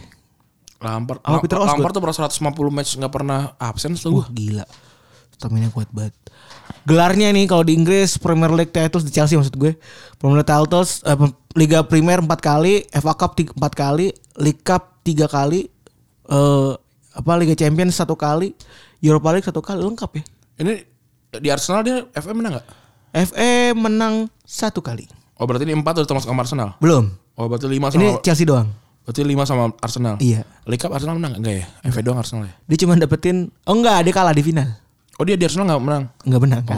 S3: Lampard,
S2: Sama Peter Osgood.
S3: Lampard tuh pernah 150 match nggak pernah absen tuh
S2: Wah gila. Stamina kuat banget. Gelarnya nih kalau di Inggris Premier League titles di Chelsea maksud gue. Premier League titles eh, pem- Liga Primer 4 kali, FA Cup 3, 4 kali, League Cup 3 kali, eh apa Liga Champions 1 kali, Europa League 1 kali lengkap ya.
S3: Ini di Arsenal dia FM menang nggak?
S2: FA menang 1 kali.
S3: Oh berarti ini 4 udah termasuk sama Arsenal.
S2: Belum.
S3: Oh berarti 5 sama
S2: Ini Chelsea doang.
S3: berarti 5 sama Arsenal.
S2: Iya.
S3: League Cup Arsenal menang nggak? enggak ya? FA doang Arsenal ya.
S2: Dia cuma dapetin oh enggak, dia kalah di final.
S3: Oh dia di Arsenal nggak menang.
S2: Enggak benar kan.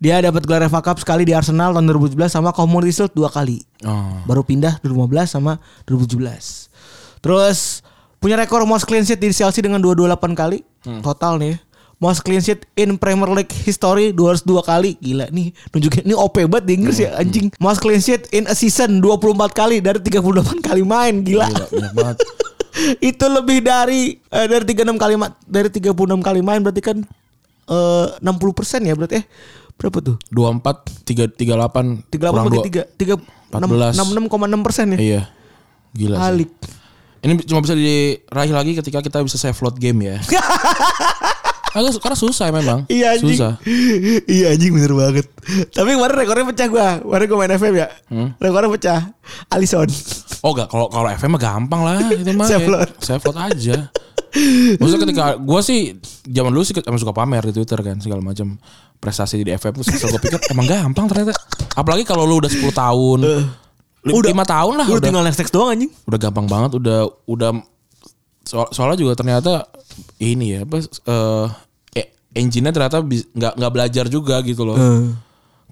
S2: Dia dapat gelar FA Cup sekali di Arsenal tahun 2017 sama Community Shield 2 kali.
S3: Oh.
S2: Baru pindah 2015 sama 2017. Terus punya rekor most clean sheet di Chelsea dengan 228 kali
S3: Hmm.
S2: total nih. Most clean sheet in Premier League history 202 kali. Gila nih nunjukin ini OP banget di Inggris
S3: Hmm.
S2: ya anjing. Most clean sheet in a season 24 kali dari 38 kali main. Gila.
S3: Gila, banyak banget.
S2: [laughs]
S3: [laughs]
S2: Itu lebih dari eh, dari 36 kali ma- dari 36 kali main berarti kan eh, 60% ya berarti eh berapa tuh?
S3: 24 3 38
S2: 38
S3: kurang dua.
S2: bagi 3
S3: 14.
S2: 66,6 persen ya.
S3: Iya. Gila sih.
S2: Alik.
S3: Ini cuma bisa diraih lagi ketika kita bisa save lot game
S2: [laughs]
S3: ya. Agak karena susah memang.
S2: Iya anjing.
S3: Susah.
S2: [laughs] iya anjing bener banget. Tapi kemarin rekornya pecah gua. Kemarin gua main FM ya.
S3: Hmm?
S2: Rekornya pecah.
S3: [laughs]
S2: Alison.
S3: Oh enggak, kalau kalau FM mah gampang lah itu mah. ya.
S2: Save lot.
S3: Save lot aja. Maksudnya ketika gua sih zaman dulu sih emang suka pamer di Twitter kan segala macam prestasi di FM tuh selalu gua pikir emang gampang ternyata. Apalagi kalau lu udah 10 tahun. li-
S2: Eh, Udah.
S3: lima tahun lah
S2: Lu
S3: udah,
S2: tinggal next text doang anjing.
S3: udah gampang banget udah udah soal, soalnya juga ternyata e, ini ya apa eh, eh engine-nya ternyata bis- nggak nggak belajar juga gitu loh.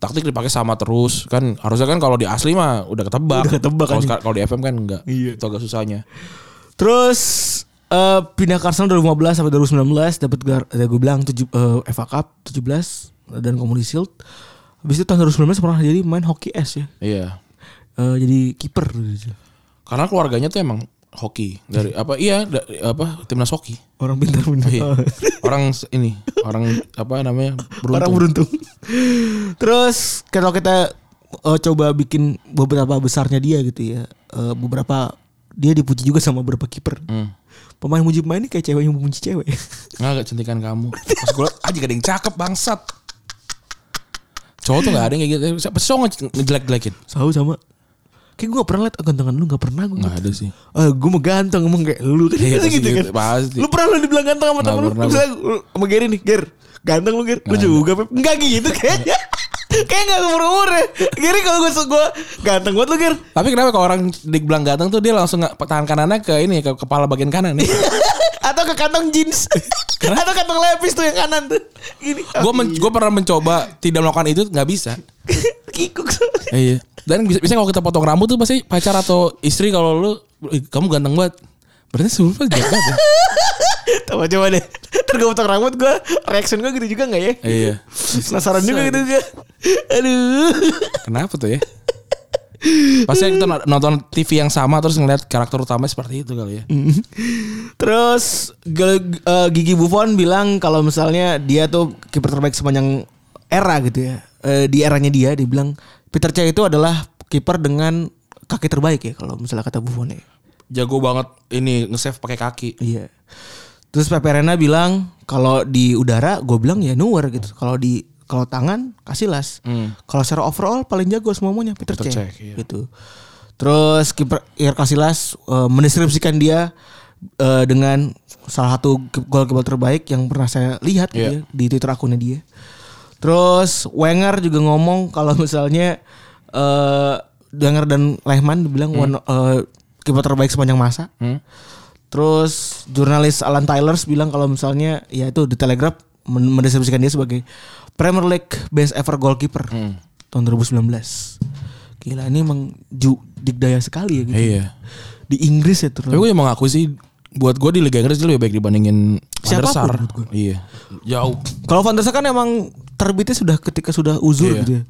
S3: taktik dipakai sama terus kan harusnya kan kalau di asli mah udah ketebak.
S2: Udah ketebak
S3: Kalau
S2: aja.
S3: sekarang- kalau di FM kan enggak.
S2: Iya.
S3: Itu agak susahnya.
S2: Terus eh pindah ke Arsenal 2015 sampai 2019 dapat gelar ada gue bilang 7 eh, FA Cup 17 dan Community Shield. Habis itu tahun 2019 pernah jadi main hoki es ya.
S3: Iya.
S2: Eh jadi kiper. gitu
S3: Karena keluarganya tuh emang hoki dari apa iya da- apa timnas hoki.
S2: Orang pintar-pintar. [laughs]
S3: Iya. orang s- ini, orang apa namanya?
S2: Orang
S3: beruntung.
S2: beruntung. [laughs] Terus kalau kita eh, coba bikin beberapa besarnya dia gitu ya. Eh, beberapa dia dipuji juga sama beberapa kiper.
S3: Hmm.
S2: Pemain muji pemain ini kayak cewek yang memuji cewek. [laughs]
S3: Nggak agak centikan kamu. Pas gue liat, aja gak ada yang cakep bangsat. Cowok tuh gak ada yang kayak gitu. Siapa sih cowok nge- ngejelek-jelekin?
S2: Tahu sama. Kayak gue gak pernah liat gantengan lu gak pernah gue.
S3: Gak ada sih.
S2: Eh, gue mau ganteng emang kayak lu kan
S3: Iya,
S2: [laughs] gitu,
S3: pasti
S2: kan.
S3: gitu, pasti.
S2: Lu pernah lu dibilang ganteng sama
S3: Nggak
S2: temen lu?
S3: pernah,
S2: Misalnya lu sama Gary nih, Ger. Ganteng lu Ger. Lu juga Pep. Enggak gitu [laughs] kayaknya. kayak gak umur-umur ya. Gary kalau gue gua ganteng banget lu Ger.
S3: Tapi kenapa kalau orang dibilang ganteng tuh dia langsung nggak- tangan kanannya ke ini ke kepala bagian kanan nih.
S2: Atau ke kantong jeans. Atau kantong lepis tuh yang kanan tuh. oh. Gini.
S3: gue men gua pernah mencoba tidak melakukan itu nggak bisa.
S2: [laughs] kikuk.
S3: iya. Dan bisa, bisa kalau kita potong rambut tuh pasti pacar atau istri kalau lu "Ih, kamu ganteng banget. Berarti sebelumnya jelek banget. ya?
S2: Coba coba deh. Ntar gue potong rambut gue. Reaction gue gitu juga gak ya?
S3: [laughs] iya.
S2: Penasaran juga gitu juga. Aduh.
S3: Kenapa tuh ya? Pasti kita no- nonton TV yang sama terus ngeliat karakter utamanya seperti itu kali ya.
S2: Terus Ge- eh, Gigi Buffon bilang kalau misalnya dia tuh kiper terbaik sepanjang era gitu ya. Eh, di eranya dia dia bilang Peter Cech itu adalah kiper dengan kaki terbaik ya kalau misalnya kata Buffon ya.
S3: Jago banget ini nge-save pakai kaki.
S2: Iya. Terus Pepe Reina bilang kalau di udara gue bilang ya Neuer gitu. Kalau di kalau tangan Casillas. Kalau secara overall paling jago semuanya Peter,
S3: Hmm. Peter
S2: Cech,
S3: Cech, iya.
S2: gitu. Terus kiper Iker Casillas eh, mendeskripsikan dia eh, dengan salah satu ke- gol kiper terbaik yang pernah saya lihat gitu
S3: Iya.
S2: ya, di Twitter akunnya dia. Terus Wenger juga ngomong kalau misalnya eh Wenger dan Lehmann bilang kiper terbaik sepanjang masa. Terus jurnalis Alan Tylers bilang kalau misalnya ya itu The Telegraph men- mendeskripsikan dia sebagai Premier League best ever goalkeeper tahun 2019. Gila ini emang ju- dikdaya sekali ya gitu.
S3: Iya.
S2: Di Inggris ya terus.
S3: Tapi gue emang ngaku sih buat gue di Liga Inggris dia lebih baik dibandingin Van der
S2: Siapapun
S3: Sar.
S2: menurut gue.
S3: Iya. Jauh.
S2: Kalau Van der Sar kan emang terbitnya sudah ketika sudah uzur
S3: Iya.
S2: gitu ya.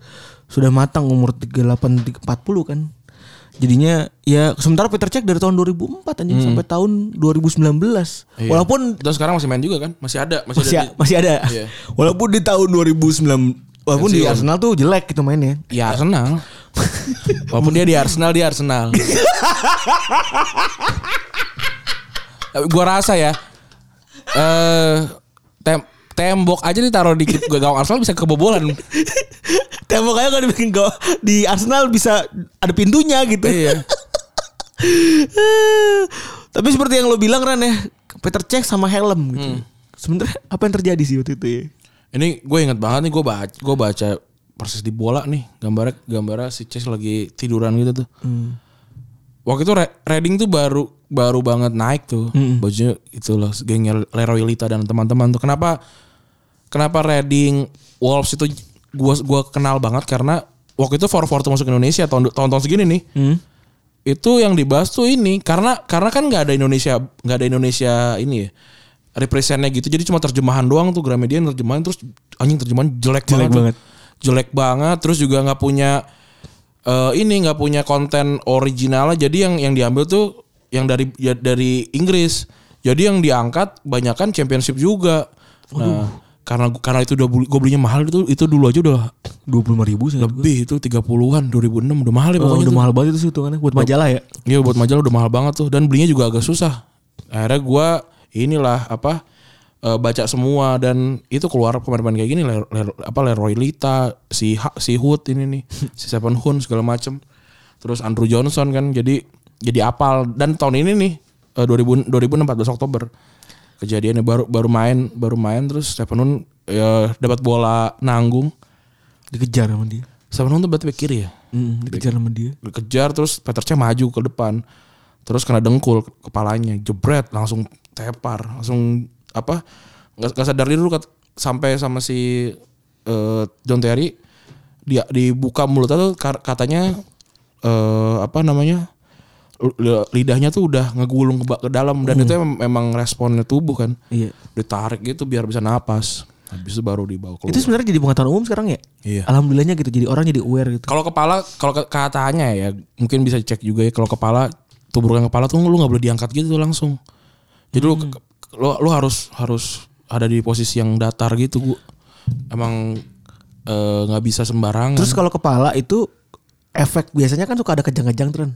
S2: Sudah matang umur 38 40 kan. Jadinya ya sementara Peter Cech dari tahun 2004 anjing sampai tahun 2019.
S3: Hmm. Iya.
S2: Walaupun
S3: Terus sekarang masih main juga kan? Masih ada, masih,
S2: masih
S3: ada. di-
S2: masih ada.
S3: Iya.
S2: [laughs] Walaupun di tahun 2009 walaupun di
S3: Pensiun.
S2: Arsenal tuh jelek gitu
S3: [laughs]
S2: mainnya.
S3: Ya Arsenal. Walaupun dia di Arsenal, dia Arsenal. Tapi gua rasa ya eh tem- tembok aja ditaruh di gawang Arsenal bisa kebobolan.
S2: Temboknya kalau dibikin gol di Arsenal bisa ada pintunya gitu.
S3: iya.
S2: Tapi seperti yang lo bilang Ran ya, Peter Cech sama Helm gitu. Sebenarnya apa yang terjadi sih waktu itu ya?
S3: Ini gue inget banget nih gue baca gue baca persis di bola nih gambarnya gambarnya si Ches lagi tiduran gitu tuh.
S2: Hmm.
S3: Waktu itu Re- Reading tuh baru baru banget naik tuh bajunya itu loh gengnya Leroy Lita dan teman-teman tuh. Kenapa kenapa Reading Wolves itu gue gua kenal banget karena waktu itu 4-4 tuh masuk Indonesia tahun tahun-tahun segini nih.
S2: Hmm?
S3: Itu yang dibahas tuh ini karena karena kan nggak ada Indonesia nggak ada Indonesia ini ya representnya gitu jadi cuma terjemahan doang tuh Gramedia terjemahan terus anjing terjemahan jelek,
S2: Jelek
S3: banget
S2: banget.
S3: jelek banget terus juga nggak punya eh, ini nggak punya konten originalnya jadi yang yang diambil tuh yang dari ya, dari Inggris jadi yang diangkat banyakkan championship juga nah karena karena itu udah beli- gue belinya mahal itu itu dulu aja udah
S2: 25 ribu saya
S3: lebih itu 30-an 2006 udah mahal ya
S2: Oh,
S3: pokoknya
S2: udah
S3: tuh.
S2: mahal banget itu sih hitungannya buat majalah ya.
S3: Iya buat majalah udah mahal banget tuh dan belinya juga agak susah. Akhirnya gua inilah apa eh, baca semua dan itu keluar pemain-pemain kayak gini Ler- Ler- apa Leroy Lita, si Ha- si Hood ini nih, si Seven Hun segala macem. Terus Andrew Johnson kan jadi jadi apal dan tahun ini nih eh, 2000 2014 Oktober kejadiannya baru baru main baru main terus Stephen Hun ya, dapat bola nanggung.
S2: Dikejar sama dia.
S3: Stephen Hun tuh berarti bek kiri ya?
S2: Hmm, dikejar sama dia.
S3: dikejar terus Peter Cech maju ke depan terus kena dengkul ke- kepalanya jebret langsung tepar langsung apa nggak nggak sadar diri dulu kat- sampai sama si eh, John Terry dia dibuka mulutnya tuh kar- katanya eh apa namanya l- lidahnya tuh udah ngegulung ke, ba- ke dalam dan itu em- memang responnya tubuh kan
S2: Hmm. Iya.
S3: ditarik gitu biar bisa napas habis itu baru dibawa keluar
S2: Itu sebenarnya jadi pengetahuan umum sekarang ya?
S3: Iya.
S2: Alhamdulillahnya gitu. Jadi orang jadi aware gitu.
S3: kalau kepala kalau ke- katanya ya mungkin bisa cek juga ya kalau kepala tubrukan kepala tuh lu nggak boleh diangkat gitu langsung jadi lu ke- lu lu harus harus ada di posisi yang datar gitu gua emang eh, nggak bisa sembarangan
S2: Terus kalau kepala itu efek biasanya kan suka ada kejang-kejang tren.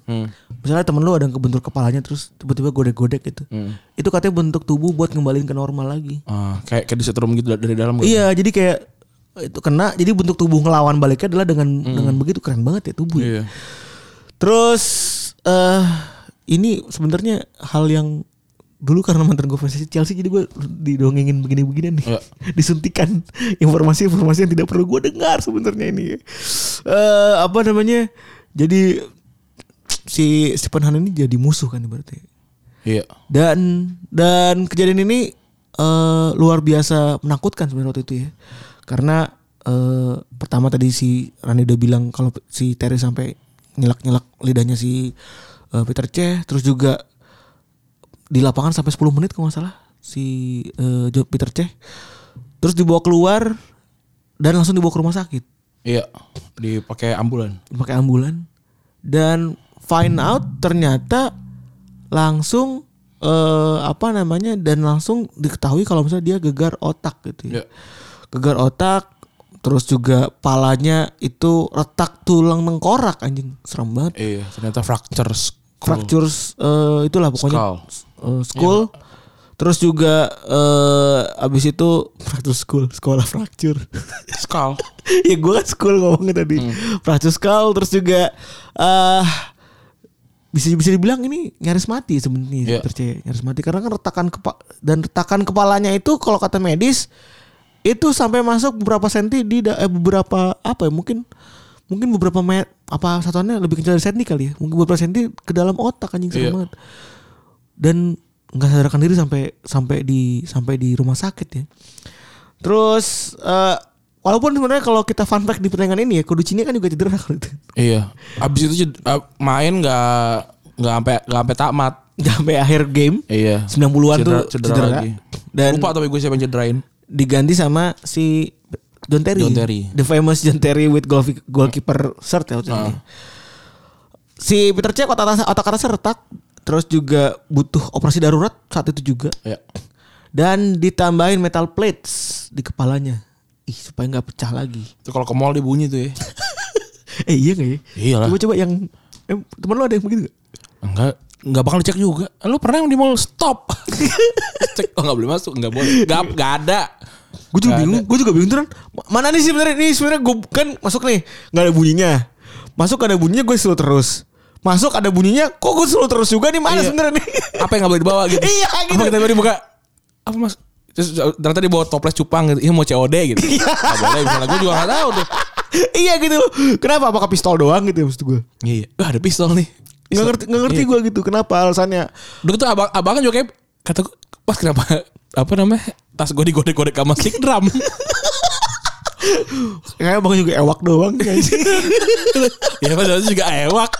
S2: Misalnya temen lu ada yang kebentur kepalanya terus tiba-tiba godek-godek gitu. Itu katanya bentuk tubuh buat ngembaliin ke normal lagi.
S3: Ah, kayak kayak disetrum gitu dari dalam gitu.
S2: Iya, jadi kayak itu kena jadi bentuk tubuh ngelawan baliknya adalah dengan dengan begitu keren banget ya tubuh. ya.
S3: Hmm. Iya.
S2: Terus eh ini sebenarnya hal yang dulu karena mantan gue fans Chelsea jadi gue didongengin begini-begini nih.
S3: Iya.
S2: [laughs] Disuntikan informasi-informasi yang tidak perlu gue dengar sebenarnya ini. Eh apa namanya? Jadi si Stephen Han ini jadi musuh kan berarti.
S3: Iya.
S2: Dan dan kejadian ini eh, luar biasa menakutkan sebenarnya waktu itu ya. Karena eh, pertama tadi si Rani udah bilang kalau si Terry sampai nyelak-nyelak lidahnya si eh, Peter C terus juga di lapangan sampai 10 menit kalau nggak salah si eh, Jo- Peter C. Terus dibawa keluar dan langsung dibawa ke rumah sakit
S3: Iya, dipakai ambulan.
S2: pakai ambulan dan find out ternyata langsung eh, apa namanya dan langsung diketahui kalau misalnya dia gegar otak gitu ya.
S3: Iya.
S2: Gegar otak terus juga palanya itu retak tulang tengkorak anjing serem banget.
S3: Iya, ternyata fracture skull.
S2: Fractures eh, itulah pokoknya
S3: skull. Iya.
S2: eh, school. Terus juga eh abis itu [laughs] fracture school, sekolah fracture.
S3: Skull.
S2: [laughs] ya gue kan school ngomongnya tadi Pracus Kal terus juga eh bisa bisa dibilang ini nyaris mati sebenarnya
S3: Iya.
S2: percaya nyaris mati karena kan retakan kepa dan retakan kepalanya itu kalau kata medis itu sampai masuk beberapa senti di da- eh, beberapa apa ya mungkin mungkin beberapa met apa satuannya lebih kecil dari senti kali ya mungkin beberapa senti ke dalam otak anjing serem
S3: Iya.
S2: banget dan nggak sadarkan diri sampai sampai di sampai di rumah sakit ya. Terus eh, walaupun sebenarnya kalau kita fun fact di pertandingan ini ya Kuducinya kan juga cedera kalau itu.
S3: Iya. Abis itu jed- ab- main nggak nggak sampai nggak sampai tamat.
S2: Nggak [laughs] sampai akhir game
S3: Iya.
S2: 90-an
S3: Cedera-
S2: tuh cedera,
S3: lagi.
S2: dan
S3: Lupa tapi gue siapa yang cederain.
S2: diganti sama si John Terry.
S3: John Terry.
S2: The famous John Terry with goal- goalkeeper shirt ya waktu itu.
S3: Nah, Ah.
S2: Si Peter Cech otak atas otak atasnya retak terus juga butuh operasi darurat saat itu juga.
S3: Iya.
S2: dan ditambahin metal plates di kepalanya ih supaya nggak pecah
S3: [laughs]
S2: lagi
S3: Itu kalau ke mall dia bunyi tuh ya.
S2: eh iya nggak ya
S3: Iyalah.
S2: coba coba yang eh, teman lo ada yang begitu nggak?
S3: Enggak Enggak bakal dicek juga. Lu pernah di mall stop. [laughs]
S2: [laughs]
S3: Cek oh enggak boleh masuk, enggak boleh. Enggak enggak ada.
S2: gue juga
S3: Nggak
S2: bingung gue juga bingung tuh mana nih sih sebenarnya ini sebenarnya gue kan masuk nih nggak ada bunyinya masuk nggak ada bunyinya gue slow terus masuk ada bunyinya kok gue slow terus juga nih mana
S3: Iya.
S2: sebenarnya nih [laughs]
S3: Apa yang enggak boleh dibawa gitu.
S2: Iya, gitu.
S3: Apa kita baru dibuka? Apa Mas? Terus ternyata dibawa toples cupang gitu. Iya mau COD gitu. Enggak boleh, misalnya gue juga enggak tahu tuh.
S2: iya gitu kenapa apakah pistol doang gitu ya maksud gue
S3: Iya, iya. Wah, ada pistol Iya. nih.
S2: nggak ngerti nggak ngerti gue gitu kenapa alasannya
S3: Dulu tuh abang abang kan juga kayak kata gue, "Mas kenapa apa namanya? Tas gue digodek-godek sama stick drum." [laughs]
S2: kayaknya bang juga ewak doang kayaknya
S3: ya pas itu juga ewak.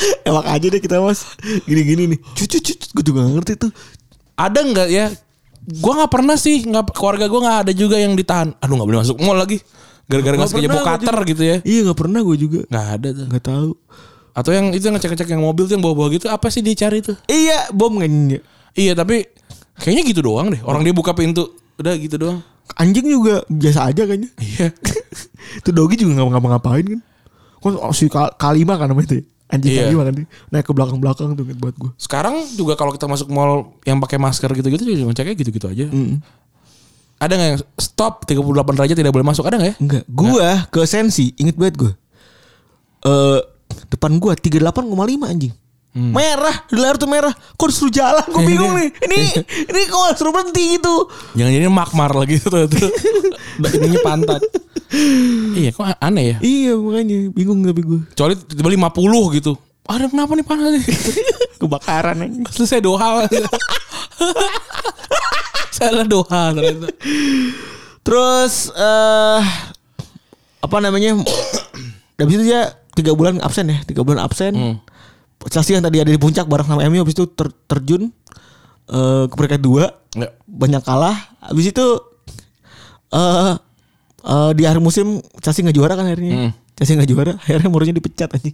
S2: [laughs] Ewak aja deh kita mas Gini-gini nih Cucu cucu Gue juga gak ngerti tuh
S3: Ada enggak ya? Gue nggak pernah sih, nggak keluarga gue nggak ada juga yang ditahan. Aduh nggak boleh masuk mall lagi. Gara-gara nggak sengaja bawa cutter gitu ya.
S2: Iya gak pernah gue juga
S3: Nggak ada tuh.
S2: Gak tahu.
S3: Atau yang itu yang ngecek-ngecek yang mobil tuh yang bawa-bawa gitu apa sih dia cari tuh?
S2: Iya bom kayaknya
S3: Iya tapi kayaknya gitu doang deh. Orang dia buka pintu udah gitu doang. [laughs]
S2: Anjing juga biasa aja kayaknya
S3: Iya.
S2: [laughs] Itu dogi juga gak ngapa-ngapain kan Kan si Kal- Kalima kan namanya itu ya? Anjing
S3: Iya.
S2: Kalima kan dia. Naik ke belakang-belakang tuh inget buat gue
S3: Sekarang juga kalau kita masuk mall yang pakai masker gitu-gitu juga ngeceknya gitu-gitu aja. Ada nggak yang stop 38 derajat tidak boleh masuk? Ada nggak ya?
S2: Enggak Gue ke Sensi Inget banget gue Eh Depan gue 38,5 anjing Hmm. Merah Di layar tuh merah Kok disuruh jalan [laughs] Gue bingung nih Ini Ini kok disuruh berhenti gitu
S3: Jangan jadi makmar lagi tuh tuh. [laughs] Ininya [laughs] pantat. iya, kok aneh ya?
S2: Iya makanya bingung tapi [laughs] gue
S3: Kecuali tiba-tiba 50 gitu. Ada kenapa nih panas nih?
S2: kebakaran aja.
S3: [laughs] Selesai doha. [laughs] Salah doha ternyata.
S2: Terus eh apa namanya [coughs] Habis itu dia tiga bulan absen ya, tiga bulan absen.
S3: Hmm.
S2: Chelsea yang tadi ada di puncak bareng sama MU habis itu ter- terjun eh, ke peringkat dua
S3: Ya.
S2: banyak kalah. Habis itu eh eh, di akhir musim Chelsea nggak juara kan akhirnya. Chelsea nggak juara, [laughs] akhirnya Mourinho dipecat anjing.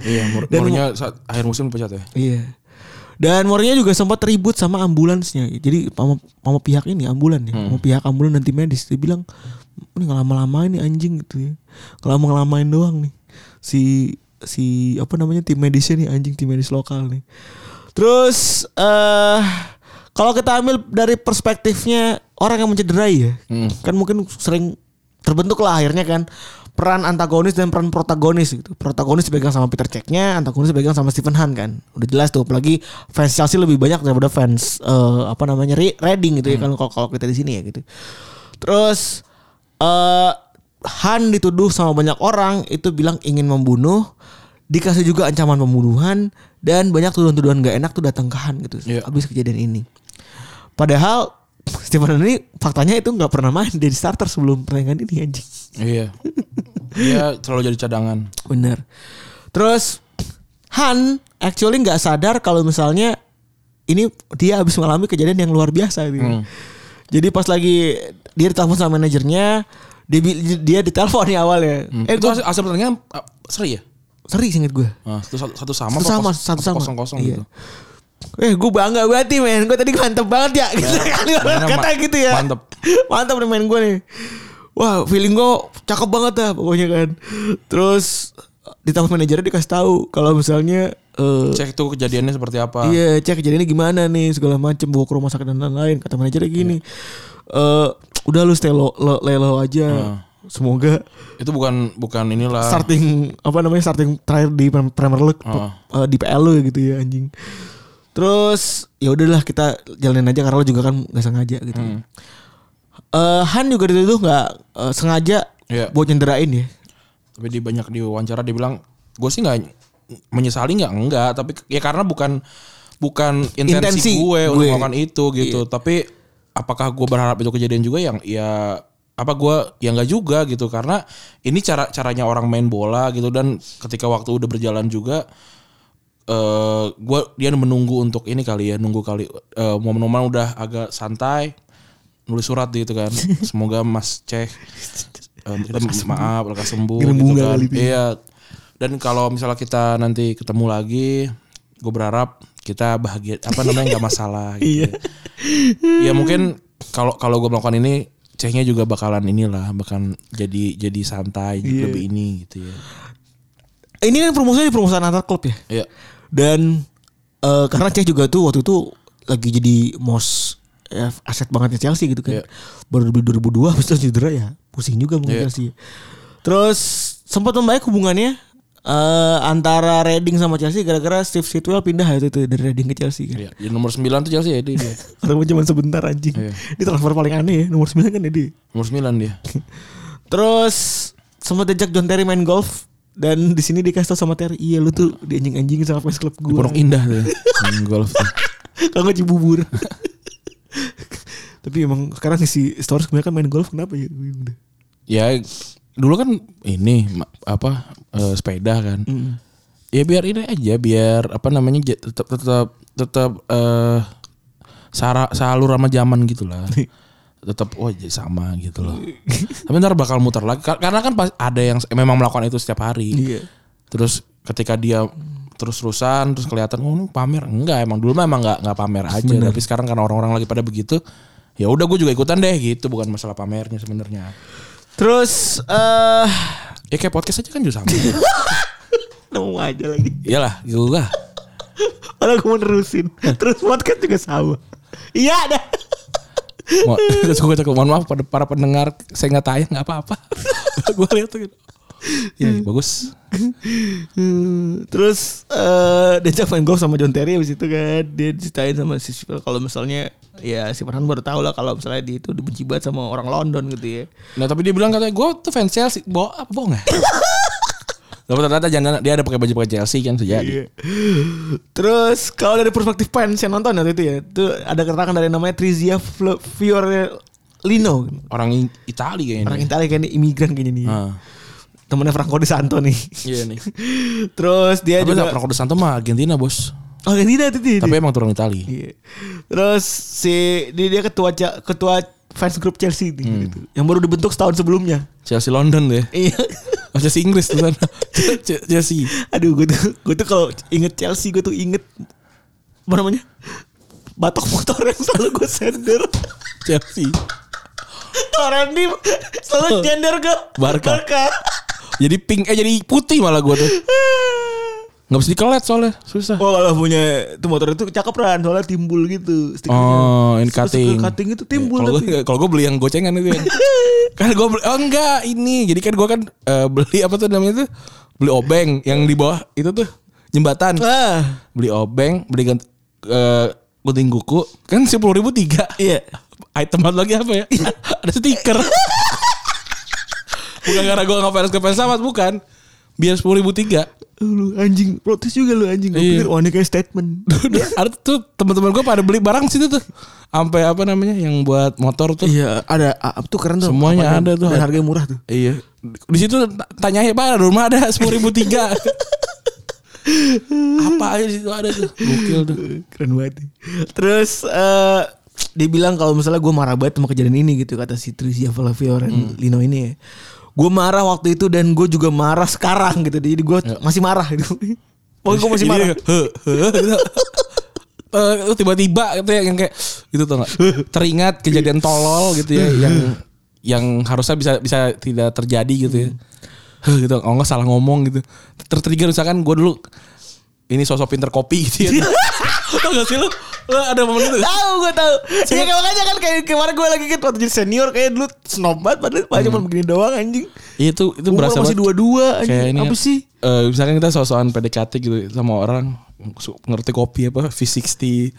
S3: Iya, Mor-
S2: Dan-
S3: Mourinho saat akhir musim dipecat ya.
S2: Iya. Dan Mourinho juga sempat ribut sama ambulansnya. Jadi sama, sama pihak ini ambulan ya, sama pihak ambulan dan tim medis dia bilang ini ngelama-lamain nih anjing gitu ya. Kalau ngelamain doang nih. Si si apa namanya tim medisnya nih anjing tim medis lokal nih. Terus eh kalau kita ambil dari perspektifnya orang yang mencederai ya, kan mungkin sering terbentuk lah akhirnya kan peran antagonis dan peran protagonis gitu. Protagonis dipegang sama Peter Cech-nya, antagonis dipegang sama Stephen Hunt kan. Udah jelas tuh apalagi fans Chelsea lebih banyak daripada fans eh, apa namanya Re- Reading gitu ya kan kalau kalau kita di sini ya gitu. Terus eh Han dituduh sama banyak orang itu bilang ingin membunuh, dikasih juga ancaman pembunuhan dan banyak tuduhan-tuduhan gak enak tuh datang ke Han gitu.
S3: Iya.
S2: Abis kejadian ini. Padahal Stephen Hunt ini faktanya itu nggak pernah main dari starter sebelum pertandingan ini anjing.
S3: Iya. Dia selalu jadi cadangan.
S2: Bener. Terus Han actually nggak sadar kalau misalnya ini dia habis mengalami kejadian yang luar biasa gitu. Jadi pas lagi dia ditelepon sama manajernya, dia bi- dia ditelepon nih awalnya. Eh
S3: Eh, itu
S2: gua,
S3: hasil, hasil pertandingan ah, seri ya?
S2: seri singkat gue.
S3: Nah, satu, satu, satu sama
S2: Satu
S3: apa
S2: sama,
S3: kos-
S2: satu
S3: apa
S2: sama.
S3: Kosong-kosong
S2: Iya.
S3: gitu.
S2: Eh gue bangga banget nih men Gue tadi mantep banget ya Gitu kali orang
S3: Iya. mainnya
S2: kata
S3: ma-
S2: gitu ya
S3: mantep.
S2: [laughs] Mantep nih main gue nih Wah feeling gue cakep banget dah pokoknya kan Terus Ditambah manajernya dikasih tahu Kalau misalnya eh,
S3: Cek tuh kejadiannya seperti apa.
S2: Iya, cek kejadiannya gimana nih segala macem bawa ke rumah sakit dan lain-lain. Kata manajernya gini,
S3: Iya.
S2: eh udah lu stay lo, lo- lelo aja.
S3: Ah.
S2: Semoga
S3: Itu bukan bukan inilah.
S2: starting apa namanya starting terakhir di Prem- Premier League
S3: Ah.
S2: eh, di PL lu gitu ya anjing. Terus ya udahlah kita jalanin aja karena lo juga kan nggak sengaja gitu.
S3: Hmm.
S2: Eh, Han juga dituduh nggak eh, sengaja
S3: Iya.
S2: buat nyenderain ya.
S3: Tapi di banyak diwawancara dia bilang, gue sih nggak menyesali nggak enggak, tapi ya karena bukan bukan
S2: Intensi
S3: intensi, gue, untuk
S2: gue.
S3: melakukan itu gitu. Tapi apakah gue berharap itu kejadian juga yang ya apa gue ya nggak juga gitu karena ini cara caranya orang main bola gitu dan ketika waktu udah berjalan juga eh gue dia menunggu untuk ini kali ya nunggu kali eh, momen-momen udah agak santai nulis surat gitu
S2: [laughs]
S3: kan semoga Mas Ceh eh, kita maaf lekas sembuh
S2: Kirim
S3: gitu
S2: bunga
S3: kan
S2: kali itu ya.
S3: iya dan kalau misalnya kita nanti ketemu lagi gue berharap kita bahagia apa namanya nggak
S2: [laughs]
S3: masalah
S2: Iya.
S3: gitu ya. ya mungkin kalau kalau gue melakukan ini Cehnya juga bakalan inilah bahkan jadi jadi santai
S2: Iya.
S3: lebih ini gitu ya
S2: Ini kan promosinya di perusahaan antar klub ya.
S3: Iya.
S2: Dan eh, karena Cech juga tuh waktu itu lagi jadi most ya, aset bangetnya Chelsea gitu kan.
S3: Iya.
S2: Baru di 2002 habis itu cedera ya. Pusing juga mungkin
S3: Iya.
S2: Chelsea. Terus sempat membaik hubungannya eh, antara Reading sama Chelsea gara-gara Steve Sidwell pindah itu, itu dari Reading ke Chelsea kan.
S3: Iya, jadi nomor 9 tuh Chelsea ya dia, dia.
S2: Orang cuma sebentar anjing.
S3: Iya.
S2: Ini transfer paling aneh ya, nomor 9 kan ya dia.
S3: Nomor 9 dia.
S2: Terus sempat ajak John Terry main golf dan di sini dikasih tau sama Terry, iya lu tuh di anjing-anjingin sama fans club gue.
S3: Pondok Indah tuh. Main golf. tuh.
S2: [laughs] Kalau nggak cibubur. Tapi emang sekarang si Storrs kebanyakan main golf kenapa ya? Gue bingung deh.
S3: Ya dulu kan ini ma- apa eh, sepeda kan. Ya biar ini aja biar apa namanya ja- tetap tetap tetap eh sara, salur sama zaman gitu lah. tetap oh jadi sama gitu loh. Tapi ntar bakal muter lagi Kar- karena kan pas ada yang s- memang melakukan itu setiap hari.
S2: Iya.
S3: Terus ketika dia terus-terusan terus kelihatan oh ini pamer enggak emang dulu mah emang enggak enggak pamer aja tapi sekarang karena orang-orang lagi pada begitu ya udah gue juga ikutan deh gitu bukan masalah pamernya sebenarnya
S2: Terus eh
S3: ya kayak podcast aja kan juga sama
S2: nemu aja lagi.
S3: [laughs] iyalah gitu lah
S2: Padahal gue mau nerusin. Terus podcast juga sama. Iya dah.
S3: Mo- [laughs] terus gue cakap mohon maaf pada para pendengar saya nggak tayang nggak apa-apa [laughs] gue lihat tuh gitu ya bagus
S2: Hmm, [laughs] terus eh diajak main golf sama John Terry abis itu kan dia diceritain sama si Sipil kalau misalnya ya si Farhan baru tahu lah kalau misalnya dia itu dibenci banget sama orang London gitu ya.
S3: nah tapi dia bilang katanya gue tuh fans Chelsea bo apa bohong ya [laughs] Tapi ternyata jangan dia ada pakai baju pakai Chelsea kan
S2: Iya.
S3: sejadi.
S2: Terus kalau dari perspektif fans yang nonton waktu itu ya, itu ada keterangan dari namanya Trizia Flo- Fiorellino,
S3: Orang Italia kayaknya.
S2: orang Italia kayaknya imigran kayaknya nih.
S3: Ah.
S2: temennya Franco De Santo nih.
S3: Iya nih.
S2: [laughs] Terus dia
S3: Tapi
S2: juga
S3: Franco De Santo mah Argentina bos.
S2: Oh, yang tidak itu dia.
S3: Tapi emang turun Itali.
S2: Iya. Terus si dia, dia ketua Ce- ketua fans grup Chelsea
S3: Hmm.
S2: ini gitu. Yang baru dibentuk setahun sebelumnya.
S3: Chelsea London
S2: [laughs]
S3: deh.
S2: Iya.
S3: Oh, Chelsea Inggris tuh sana. Ce- Chelsea.
S2: Aduh, gue tuh gue tuh kalau inget Chelsea gue tuh inget apa namanya? Batok motor yang selalu gue sender. [laughs]
S3: Chelsea.
S2: Orang ini selalu sender ke
S3: Barca.
S2: Oh, Barca.
S3: Jadi pink eh jadi putih malah gua tuh. Nggak bisa dikelet soalnya susah.
S2: Oh kalau punya itu motor itu cakep ran soalnya timbul gitu stikernya.
S3: Oh, ini
S2: Terus
S3: cutting.
S2: ke cutting itu timbul
S3: Kalau
S2: tapi.
S3: gue kalau gue beli yang gocengan itu.
S2: [laughs]
S3: ya. kan gue beli oh enggak ini. Jadi kan gue kan eh, beli apa tuh namanya tuh? Beli obeng yang di bawah itu tuh jembatan.
S2: Ah,
S3: Beli obeng, beli gant, eh, gunting kuku kan sepuluh ribu tiga.
S2: iya.
S3: Item baru lagi apa ya? [laughs] Ada stiker. bukan karena gue nggak fans ke fans amat bukan. Biar sepuluh ribu tiga.
S2: Lu anjing, protes juga lu anjing. Gue
S3: Iya.
S2: pikir wah ini kayak statement.
S3: Udah, [laughs] ada tuh teman-teman gue pada beli barang situ tuh. Sampai apa namanya yang buat motor tuh.
S2: Iya, ada up tuh keren tuh.
S3: Semuanya
S2: Apaan?
S3: ada tuh.
S2: Dan harganya murah tuh.
S3: Iya. Di situ t- tanya ya Pak, di rumah ada sepuluh ribu tiga. Apa aja di situ ada tuh? Gokil tuh.
S2: Keren banget. nih. Terus eh dia bilang kalau misalnya gue marah banget sama kejadian ini gitu kata si Tricia Valavior
S3: Hmm.
S2: Lino ini ya. Gue marah waktu itu dan gue juga marah sekarang gitu. Jadi gue
S3: Ya.
S2: masih marah
S3: [laughs]
S2: gitu. Pokoknya gue masih
S3: Jadi, [laughs]
S2: marah.
S3: "Heh, heh," gitu. Eh, itu tiba-tiba gitu ya yang kayak itu tuh teringat kejadian tolol gitu ya yang yang harusnya bisa bisa tidak terjadi gitu ya. Heh, gitu. Oh enggak salah ngomong gitu. Tertrigger misalkan gue dulu ini sosok pinter kopi gitu ya. [laughs] Tau gak sih lu? Lu ada momen itu?
S2: Tahu gue tahu. Iya kayak makanya kan kayak kemarin gue lagi gitu waktu jadi senior kayak dulu snob banget padahal cuma begini doang anjing.
S3: Iya, Itu Hmm. itu
S2: Umur
S3: berasa
S2: masih
S3: banget.
S2: dua-dua
S3: kayak
S2: anjing.
S3: ini
S2: Apa sih? [laughs]
S3: eh, misalkan kita sosokan PDKT gitu sama orang su- ngerti kopi apa V60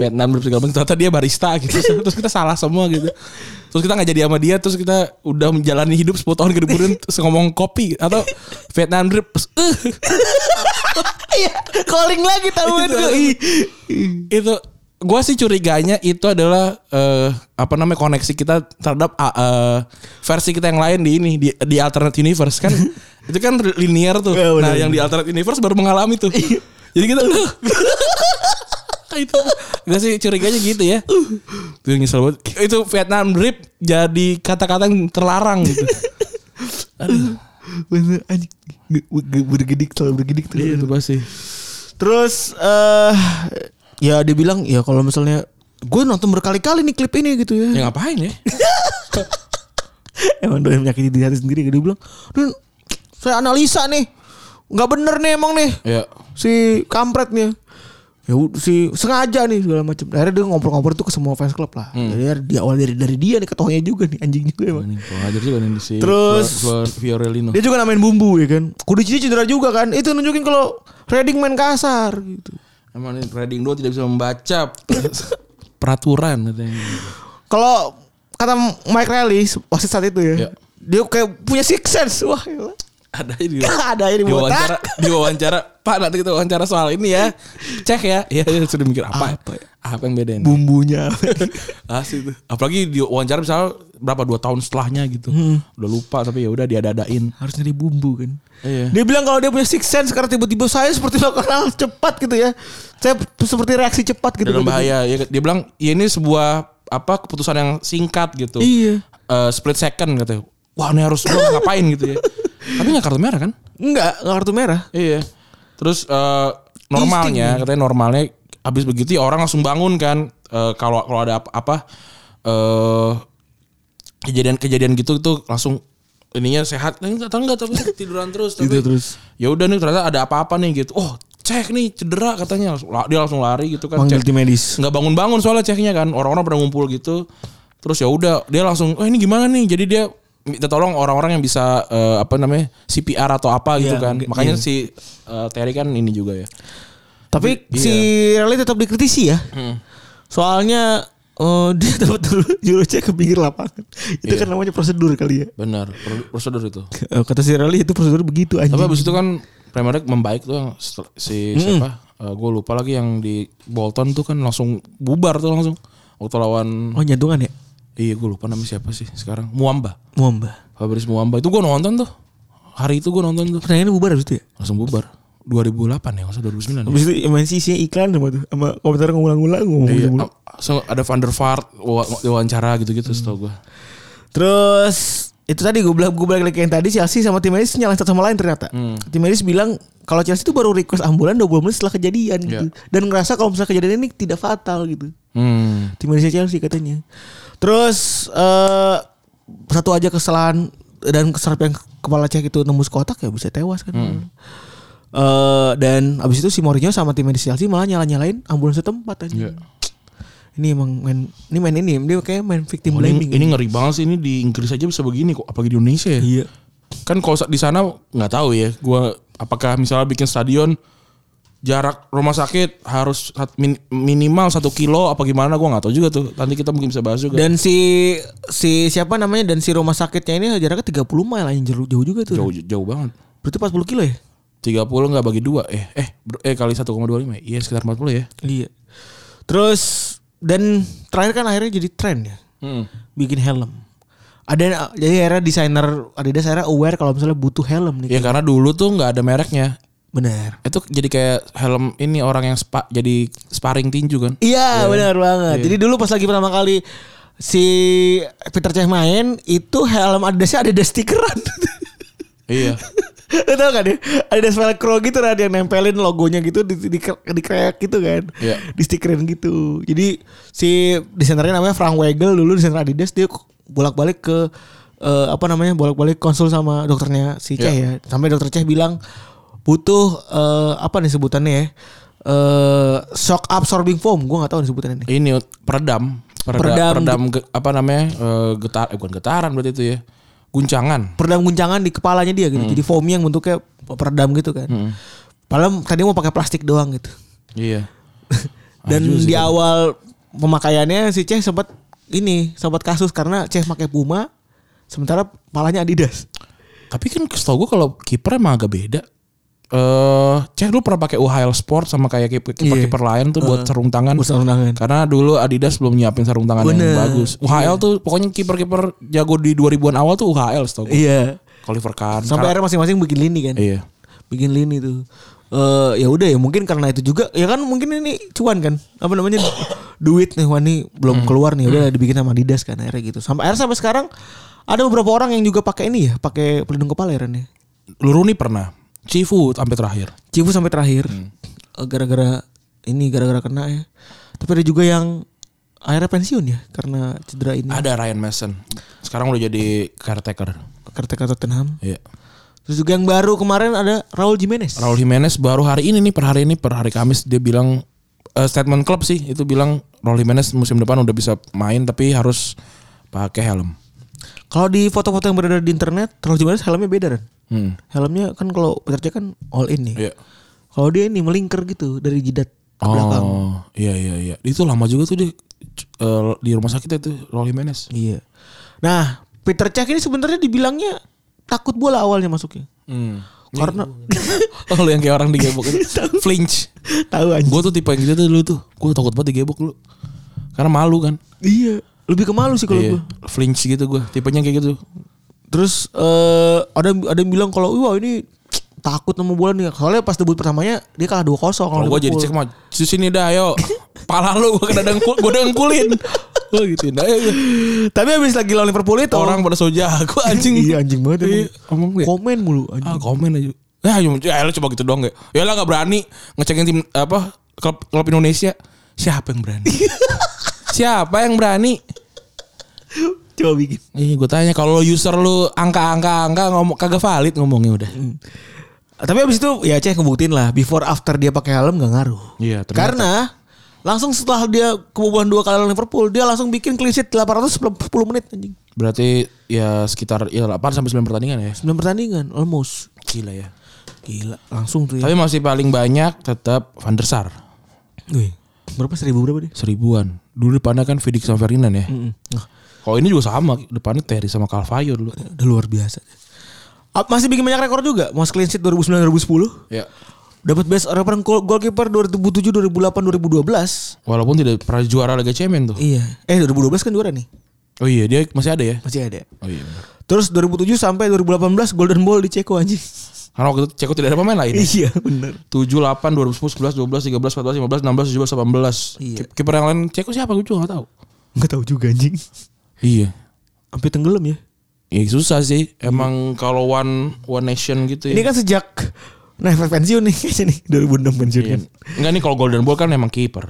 S3: Vietnam dan segala macam ternyata dia barista
S2: [laughs]
S3: gitu terus kita salah semua gitu terus kita nggak jadi sama dia terus kita udah menjalani hidup 10 tahun kemudian terus ngomong kopi atau Vietnam drip terus, eh,
S2: Iya, calling lagi tahu
S3: Itu.
S2: itu.
S3: itu gua sih curiganya itu adalah eh, apa namanya koneksi kita terhadap ah, eh, versi kita yang lain di ini di, di alternate universe [laughs] kan itu kan linear tuh
S2: Ya, bener.
S3: nah yang di alternate universe baru mengalami tuh jadi kita "Loh." [laughs] itu gak sih curiganya gitu ya itu yang nyesel banget itu Vietnam drip jadi kata-kata yang terlarang [laughs] gitu
S2: Bener anjing. Ge- ge- Bergedik selalu bergedik terus.
S3: itu pasti
S2: Terus eh ya dia bilang ya kalau misalnya gue nonton berkali-kali nih klip ini gitu ya.
S3: ya ngapain ya
S2: Emang doyan menyakiti diri hati sendiri dia bilang, "Dun, saya analisa nih. nggak bener nih emang nih.
S3: ya
S2: Si kampret nih. Ya ud- si sengaja nih segala macam. Akhirnya dia ngobrol-ngobrol tuh ke semua fans club lah. Jadi di awal dari dari dia nih ketohnya juga nih anjing juga emang.
S3: ini pengajar juga nih si
S2: Terus-
S3: Flor- Flor- Fiorellino
S2: Dia juga namain bumbu ya kan. Kudicinya cedera juga kan. Itu nunjukin kalau Reading main kasar gitu.
S3: Emang ini Reading 2 tidak bisa membaca peraturan katanya.
S2: Kalau kata Mike Riley wasit saat itu ya.
S3: Iya.
S2: Dia kayak punya six sense. Wah, ya. elah.
S3: Ada aja di
S2: [laughs] ada aja di
S3: di wawancara,
S2: botak.
S3: di wawancara, Pak nanti kita wawancara soal ini ya. Cek ya. Iya, iya, sudah mikir apa?
S2: Apa ya?
S3: Apa, yang
S2: [laughs]
S3: beda ini?
S2: Bumbunya.
S3: Asli tuh. Apalagi di wawancara misalnya berapa dua tahun setelahnya gitu.
S2: Hmm.
S3: Udah lupa tapi ya udah diadadain.
S2: Harus nyari bumbu kan.
S3: Iya.
S2: Dia bilang kalau dia punya six sense karena tiba-tiba saya seperti melakukan hal cepat gitu ya. Saya p- seperti reaksi cepat gitu.
S3: Dalam bahaya. Ya, dia bilang, "Ya ini sebuah apa keputusan yang singkat gitu."
S2: Iya.
S3: Eh, split second katanya. Wah, ini harus gua ngapain
S2: [laughs]
S3: gitu ya. Tapi nggak kartu merah kan?
S2: Enggak, enggak kartu merah.
S3: Iya. Terus eh, normalnya katanya normalnya habis begitu ya orang langsung bangun kan Eh, kalau kalau ada apa, apa, eh, kejadian-kejadian gitu tuh langsung ininya sehat ini atau enggak tapi tiduran terus tapi
S2: Gitu terus.
S3: ya udah nih ternyata ada apa-apa nih gitu oh cek nih cedera katanya Langsung- dia langsung lari gitu kan
S2: Manggil
S3: cek
S2: tim medis.
S3: nggak bangun-bangun soalnya ceknya kan orang-orang pada ngumpul gitu terus ya udah dia langsung oh ini gimana nih jadi dia minta tolong orang-orang yang bisa eh, apa namanya CPR atau apa gitu
S2: Iya,
S3: kan
S2: mungkin-
S3: makanya
S2: iya.
S3: si eh, Terry kan ini juga ya
S2: Tapi
S3: Iya.
S2: si Riley tetap dikritisi ya.
S3: Hmm.
S2: Soalnya eh, [laughs] dia dapat jurusnya ke pinggir lapangan. Itu
S3: Iya.
S2: kan namanya prosedur kali ya.
S3: benar pro- prosedur itu
S2: Eh, Kata si Riley itu prosedur begitu anjing.
S3: tapi abis itu kan Premier League membaik tuh yang setel- si siapa gue lupa lagi yang di Bolton tuh kan langsung bubar tuh langsung waktu lawan
S2: Oh jantungan ya?
S3: iya gue lupa nama siapa sih sekarang Muamba
S2: Muamba.
S3: Fabrice Muamba itu gue nonton tuh Hari itu gue nonton tuh.
S2: Pertandingan bubar abis itu ya?
S3: Langsung bubar. 2008 ya, maksudnya 2009.
S2: Abis itu emang sih isinya iklan sama tuh. Sama komentar ngulang-ngulang ngomong
S3: Iya.
S2: mulu.
S3: So, ada Van der Vaart wa- diwawancara gitu-gitu setahu gue.
S2: Terus itu tadi gue bilang gue balik lagi yang tadi Chelsea sama tim medis nyalahin satu sama lain ternyata.
S3: Hmm.
S2: Tim medis bilang kalau Chelsea itu baru request ambulan 20 menit setelah
S3: Iya.
S2: kejadian gitu. Dan ngerasa kalau misalnya kejadian ini tidak fatal gitu.
S3: Hmm.
S2: Tim medisnya Chelsea katanya. Terus eh satu aja kesalahan dan keserap yang kepala cek itu nembus kotak ya bisa tewas kan.
S3: Hmm.
S2: Eh, dan abis itu si Mourinho sama tim medis Chelsea malah nyala-nyalain ambulans setempat aja.
S3: Iya.
S2: Ini emang main ini main ini dia kayak main victim
S3: Oh,
S2: blaming. gitu.
S3: ini, ini ngeri banget sih ini di Inggris aja bisa begini kok apalagi di Indonesia ya.
S2: Iya.
S3: Kan kalau sa- di sana nggak tahu ya gua apakah misalnya bikin stadion jarak rumah sakit harus sat- min- minimal satu kilo apa gimana gua nggak tahu juga tuh. Nanti kita mungkin bisa bahas juga.
S2: Dan si si siapa namanya dan si rumah sakitnya ini jaraknya 30 mile anjing jauh, jauh juga tuh.
S3: jauh jauh banget.
S2: Berarti 40 kilo ya?
S3: 30 nggak bagi dua eh eh bro- eh kali 1,25 iya sekitar 40 ya.
S2: Iya. Terus dan terakhir kan akhirnya jadi tren ya.
S3: Hmm.
S2: Bikin helm. Ada jadi era desainer Adidas era aware kalau misalnya butuh helm nih.
S3: Ya karena dulu tuh nggak ada mereknya.
S2: Bener.
S3: Itu jadi kayak helm ini orang yang spa, jadi sparring tinju kan.
S2: Iya benar banget. Jadi dulu pas lagi pertama kali si Peter Cech main itu helm Adidasnya ada [laughs] stikeran.
S3: iya.
S2: Lo tau gak deh Ada velcro gitu kan Yang nempelin logonya gitu Di, di, di kayak gitu kan
S3: Iya.
S2: Di stikerin gitu Jadi Si desainernya namanya Frank Wegel Dulu desainer Adidas Dia bolak-balik ke eh, Apa namanya Bolak-balik konsul sama dokternya Si Ceh ya Sampai dokter Ceh bilang Butuh eh, Apa nih sebutannya ya Eh, Shock absorbing foam Gue gak tau nih sebutannya nih
S3: ini peredam Pereda-
S2: Peredam.
S3: peredam ge- apa namanya eh, getar eh, bukan getaran berarti itu ya guncangan
S2: peredam guncangan di kepalanya dia gitu. Jadi foamnya yang bentuknya peredam gitu kan. Padahal tadi mau pakai plastik doang gitu.
S3: iya
S2: Dan di awal pemakaiannya si Ceh sempat ini sempat kasus karena Ceh pakai Puma sementara palanya Adidas.
S3: tapi kan setahu gue kalau kiper emang agak beda eh cek lu pernah pakai UHL Sport sama kayak kiper kiper
S2: Iya.
S3: kiper lain tuh buat sarung tangan
S2: Buat sarung tangan.
S3: karena dulu Adidas belum nyiapin sarung tangan
S2: Bener. Iya.
S3: yang bagus UHL tuh pokoknya kiper-kiper jago di 2000-an awal tuh UHL setahu gue
S2: Iya.
S3: Oliver Kahn
S2: Sampai akhirnya masing-masing bikin lini kan.
S3: iya
S2: Bikin lini tuh. Eh ya udah ya mungkin karena itu juga ya kan mungkin ini cuan kan apa namanya
S3: [coughs]
S2: duit nih wah nih
S3: Hmm.
S2: belum keluar nih Ya udah dibikin sama Adidas kan akhirnya gitu sampai akhirnya sampai sekarang ada beberapa orang yang juga pakai ini ya pakai pelindung kepala ya Ren, ya
S3: Luruni pernah Cifu sampai terakhir
S2: Cibu sampai terakhir
S3: Hmm.
S2: Eh, gara-gara ini gara-gara kena ya. Tapi ada juga yang akhirnya pensiun ya karena cedera ini.
S3: ada Ryan Mason sekarang udah jadi caretaker
S2: Caretaker Tottenham.
S3: iya
S2: Terus juga yang baru kemarin ada Raul Jimenez.
S3: Raul Jimenez baru hari ini nih per hari ini per hari Kamis dia bilang eh, statement klub sih itu bilang Raul Jimenez musim depan udah bisa main tapi harus pakai helm.
S2: Kalau di foto-foto yang beredar di internet, Raul Jimenez helmnya beda kan.
S3: Hmm.
S2: Helmnya kan kalau pekerja kan all in nih.
S3: Iya.
S2: Kalau dia ini melingkar gitu dari jidat ke belakang.
S3: Oh, iya iya iya. Itu lama juga tuh dia c- eh, di rumah sakit itu Raul Jimenez.
S2: Iya. Nah, Peter Cech ini sebenarnya dibilangnya takut bola awalnya masuknya.
S3: [laughs] Iya.
S2: Karena [laughs]
S3: Oh, lu yang kayak orang digebok itu. Flinch.
S2: tahu aja.
S3: Gue tuh tipe yang gitu tuh dulu tuh. Gue takut banget digebok lu. Karena malu kan.
S2: Iya, lebih ke malu sih kalau gue.
S3: Iya. Flinch gitu gue. Tipenya kayak gitu.
S2: Terus eh ada ada yang bilang kalau wah ini takut sama bola nih. Soalnya pas debut pertamanya dia kalah 2-0 kalau
S3: Kalau gue Oh, jadi
S2: Liverpool.
S3: cek mah "Sus, sini dah ayo. Pala lu gue kena dengkul, gue dengkulin. Gue gituin. Ayo, ayo.
S2: [laughs] Tapi habis lagi lawan Liverpool itu
S3: orang pada soja
S2: [laughs]
S3: aku
S2: anjing
S3: anjing
S2: Oh. iya anjing banget emang.
S3: Iya, omong gue.
S2: Komen mulu
S3: ah
S2: anjing.
S3: komen aja ya ya, ya lu coba gitu doang gak ya lah nggak berani ngecekin tim apa klub klub Indonesia siapa yang
S2: [laughs]
S3: berani siapa yang berani
S2: Coba bikin.
S3: Ih, gue tanya kalau user lu angka-angka-angka ngomong kagak valid ngomongnya udah.
S2: Hmm. Tapi habis itu ya Ceh ngebuktiin lah before after dia pakai helm gak ngaruh.
S3: Iya, ternyata.
S2: Karena langsung setelah dia kebobolan dua kali lawan Liverpool, dia langsung bikin clean sheet 810 menit anjing.
S3: Berarti ya sekitar ya 8 sampai 9 pertandingan ya.
S2: 9 pertandingan almost.
S3: Gila ya.
S2: Gila, langsung tuh ya.
S3: Tapi masih paling banyak tetap Van der Sar.
S2: Wih, berapa seribu berapa dia?
S3: seribuan. Dulu depannya kan Fidik sama Ferdinand ya. Kalau ini juga sama, depannya Terry sama Calvayo dulu.
S2: Udah luar biasa. Ah, Masih bikin banyak rekor juga. Mas clean sheet 2009-2010.
S3: Ya.
S2: Dapat best orang goalkeeper 2007, 2008, 2012.
S3: Walaupun tidak pernah juara Liga Champions tuh.
S2: Iya. Eh 2012 kan juara nih.
S3: Oh iya, dia masih ada ya.
S2: Masih ada.
S3: Oh iya. benar.
S2: Terus 2007 sampai 2018 Golden Ball di Ceko anjing.
S3: Karena waktu itu Ceko tidak ada pemain
S2: [laughs]
S3: lain.
S2: Iya bener.
S3: 7, 8, 2010, 11, 12, 13, 14, 15, 16, 17, 18.
S2: Iya.
S3: Kip- Kiper yang lain Ceko siapa gue juga gak tahu.
S2: Nggak tahu juga anjing.
S3: Iya.
S2: Sampai tenggelam ya.
S3: Ya susah sih. Emang kalau one one nation gitu ya.
S2: Ini kan sejak nah pensiun nih kayaknya nih 2006 pensiun kan.
S3: Enggak nih Iya. kalau Golden Ball kan emang kiper.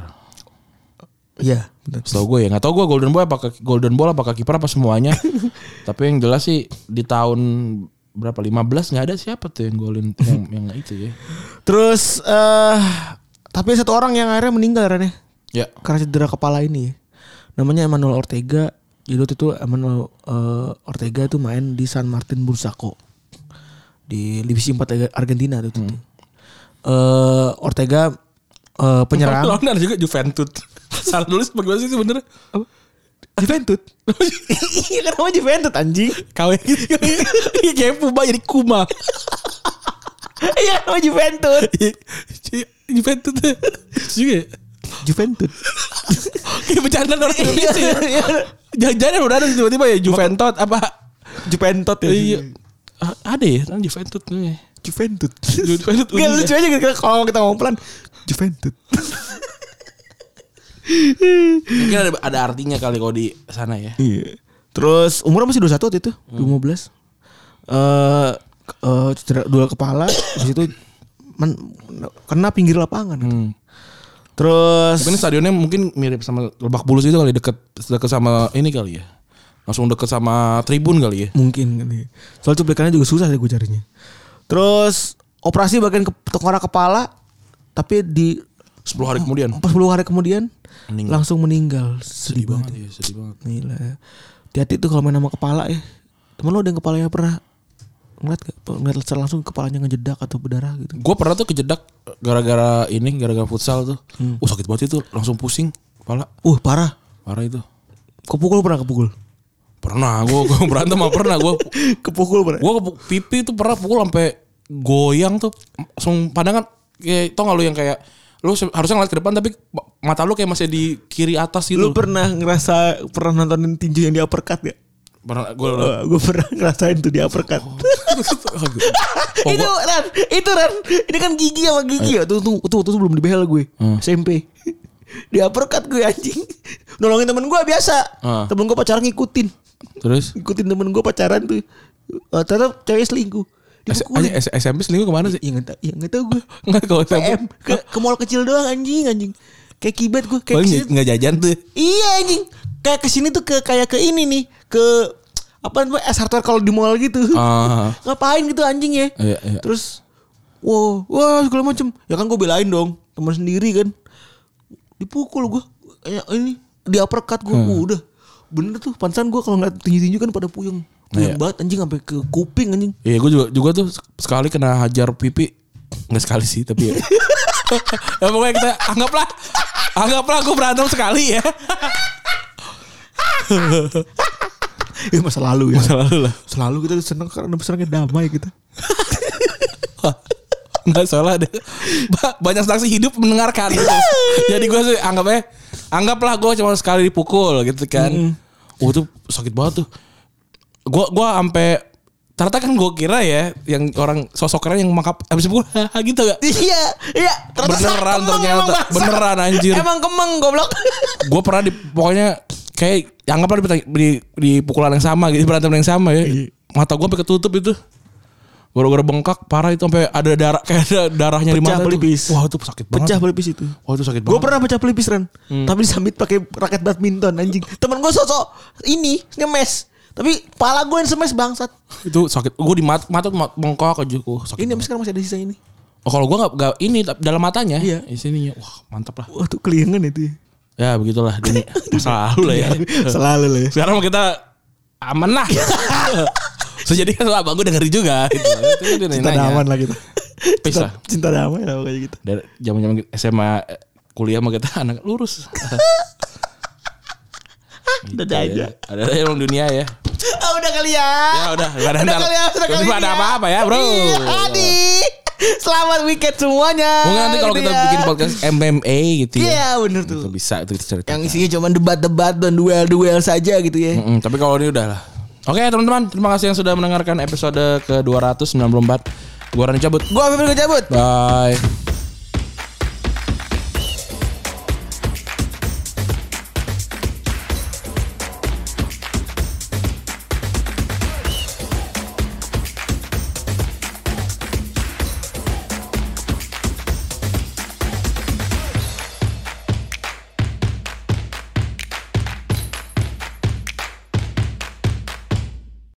S2: Iya bener.
S3: Setahu gue ya, nggak tahu gue Golden Ball apakah Golden Ball apakah kiper apa [laughs] semuanya. Tapi yang jelas sih di tahun berapa 15 nggak ada siapa tuh yang golin [laughs] yang, yang itu ya.
S2: Terus eh tapi satu orang yang akhirnya meninggal Ren, ya.
S3: Ya.
S2: karena cedera kepala ini ya. namanya Emmanuel Ortega jadi waktu itu Emmanuel eh, Ortega itu main di San Martin Bursaco di divisi 4 Argentina waktu itu Eh, Ortega eh, penyerang
S3: Lawan ada juga Juventus. [laughs] Salah nulis bagaimana sih sebenarnya?
S2: Juventus [laughs] iya kan namanya Juventus anjing
S3: KW gitu. [laughs] Iya kayak Puma jadi Kuma. [laughs]
S2: iya kan namanya Juventus
S3: Juventus tuh. Juga ya?
S2: Juventus
S3: Kayak bercanda orang Indonesia. [laughs] ya. Jangan-jangan udah ada tiba-tiba ya Juventus apa?
S2: Juventus ya
S3: Iya. Ah, Ada ya, kan Juventus nih.
S2: Juventus
S3: Juventus.
S2: Gak lucu aja kira-kira kalau kita ngomong pelan Juventus
S3: Mungkin ada, ada artinya kali kalau di sana ya.
S2: Iya. Terus umurnya masih 21 waktu itu, 15. Eh eh, cedera dua kepala, habis itu men- kena pinggir lapangan. gitu. Terus
S3: Mungkin stadionnya mungkin mirip sama Lebak Bulus itu kali deket deket sama ini kali ya. Langsung deket sama tribun kali ya.
S2: mungkin kali. Soal cuplikannya juga susah sih gue carinya. Terus operasi bagian ke- tengkorak kepala tapi di
S3: 10 hari kemudian.
S2: 40 hari kemudian
S3: Meninggal.
S2: langsung meninggal. Sedih, banget. ya.
S3: Iya, sedih banget.
S2: Gila. Hati-hati tuh kalau main sama kepala ya. Temen lo ada yang kepalanya pernah ngeliat gak? Ngeliat secara langsung kepalanya ngejedak atau berdarah gitu.
S3: Gue pernah tuh kejedak gara-gara ini, gara-gara futsal tuh. Uh sakit banget itu, langsung pusing kepala.
S2: Uh parah.
S3: Parah itu.
S2: Kepukul pernah kepukul.
S3: Pernah gue [laughs] berantem sama pernah gue.
S2: [laughs] Kepukul pernah.
S3: Gue pipi tuh pernah pukul sampai goyang tuh. Langsung pandangan kayak tau gak lu yang kayak lu se- harusnya ngeliat ke depan tapi mata lu kayak masih di kiri atas gitu.
S2: Lu pernah ngerasa pernah nontonin tinju yang di uppercut gak?
S3: pernah gue
S2: gue pernah Oh. ngerasain tuh di uppercut. [laughs] itu Ran, itu Ran. Ini kan gigi sama gigi ya. Tuh tuh tuh, tuh, tuh belum dibehel gue. SMP. [laughs] Di uppercut gue anjing. Nolongin temen gue biasa.
S3: Ah.
S2: Temen gue pacaran ngikutin.
S3: terus
S2: Ngikutin temen gue pacaran tuh. Eh, ternyata cewek selingkuh.
S3: S- aja S- SMP selingkuh kemana sih
S2: Iya nggak tahu, iya nggak tahu gue.
S3: nggak kalau SMP
S2: PM ke, ke mall kecil doang anjing anjing. Kayak kibet gue kayak
S3: paling ya,
S2: kesini-
S3: nggak jajan tuh
S2: Iya anjing. Kayak kesini tuh ke kayak ke ini nih ke apa namanya es hardware kalau di mall gitu.
S3: Ah.
S2: [laughs] Ngapain gitu anjing ya?
S3: Iya, iya.
S2: Terus wow, wah segala macem. Ya kan gue belain dong teman sendiri kan. Dipukul gue. Kayak ini di uppercut gue
S3: Hmm.
S2: udah. Bener tuh pantesan gue kalau ngeliat tinju-tinju kan pada puyeng. Puyeng
S3: Iya.
S2: banget anjing sampai ke kuping anjing. [laughs]
S3: iya gue juga juga tuh sekali kena hajar pipi nggak sekali sih tapi ya [laughs] ya pokoknya kita anggaplah anggaplah gue berantem sekali ya
S2: Eh masa lalu ya.
S3: selalu lah
S2: Selalu kita seneng karena senengnya damai gitu. kita.
S3: nggak salah deh Ba- banyak saksi hidup mendengarkan gitu. jadi gue sih anggapnya anggaplah gue cuma sekali dipukul gitu kan oh tuh sakit banget tuh gue gua ampe ternyata kan gue kira ya yang orang sosok keren yang makap habis pukul [laughs] gitu gak
S2: Iya, iya.
S3: Beneran
S2: kemeng
S3: ternyata.
S2: emang basah.
S3: Beneran, anjir.
S2: Emang kemeng goblok. [laughs]
S3: gue pernah di pokoknya kayak anggaplah di, di, di pukulan yang sama gitu berantem yang sama ya mata gue sampai ketutup itu gara-gara bengkak parah itu sampai ada darah kayak ada darahnya di
S2: Pecah
S3: mata tuh.
S2: pelipis.
S3: wah itu sakit banget
S2: Pecah pelipis itu.
S3: wah itu sakit
S2: Gue
S3: banget
S2: pernah pecah pelipis Ren Tapi disambit pakai raket badminton anjing Temen gue sosok ini Ngemes Tapi pala gue yang semes bangsat
S3: itu sakit gue di mata mata tuh ma- bengkak aja gue sakit
S2: Ini sampai sekarang masih ada sisa ini
S3: oh, kalau gue nggak nggak ini tapi dalam matanya
S2: Iya.
S3: di sininya wah mantap lah
S2: Wah tuh keliangan itu ya.
S3: ya [laughs] begitulah dunia masa lalu lah ya
S2: [laughs] Selalu lah ya
S3: sekarang mah kita aman [laughs] lah sejadinya so, abang gue dengerin juga gitu. Itu dia
S2: Cinta
S3: nanya.
S2: damai lah kita
S3: Peace
S2: Cinta,
S3: lah.
S2: cinta damai lah kayak gitu
S3: dari zaman zaman SMA eh, kuliah mah kita [laughs] anak
S2: [laughs]
S3: lurus
S2: Dadah Gitu aja
S3: ada ada yang dunia ya
S2: Ah udah kali ya
S3: Ya, udah. Nggak ada-
S2: Udah
S3: ntar.
S2: kali ya Udah
S3: Terus
S2: kali
S3: nggak ada apa-apa ya, bro.
S2: Iya, Adi Selamat weekend semuanya
S3: mungkin nanti kalau
S2: Gitu
S3: kita
S2: ya.
S3: bikin podcast MMA gitu ya
S2: Iya bener tuh
S3: itu bisa itu kita cerita
S2: Yang isinya cuman debat-debat dan duel-duel saja gitu ya
S3: Hmm. Mm-mm, tapi kalau ini udah lah Oke teman-teman, terima kasih yang sudah mendengarkan episode ke-294. Gua Rani cabut.
S2: Gua Febri cabut.
S3: Bye.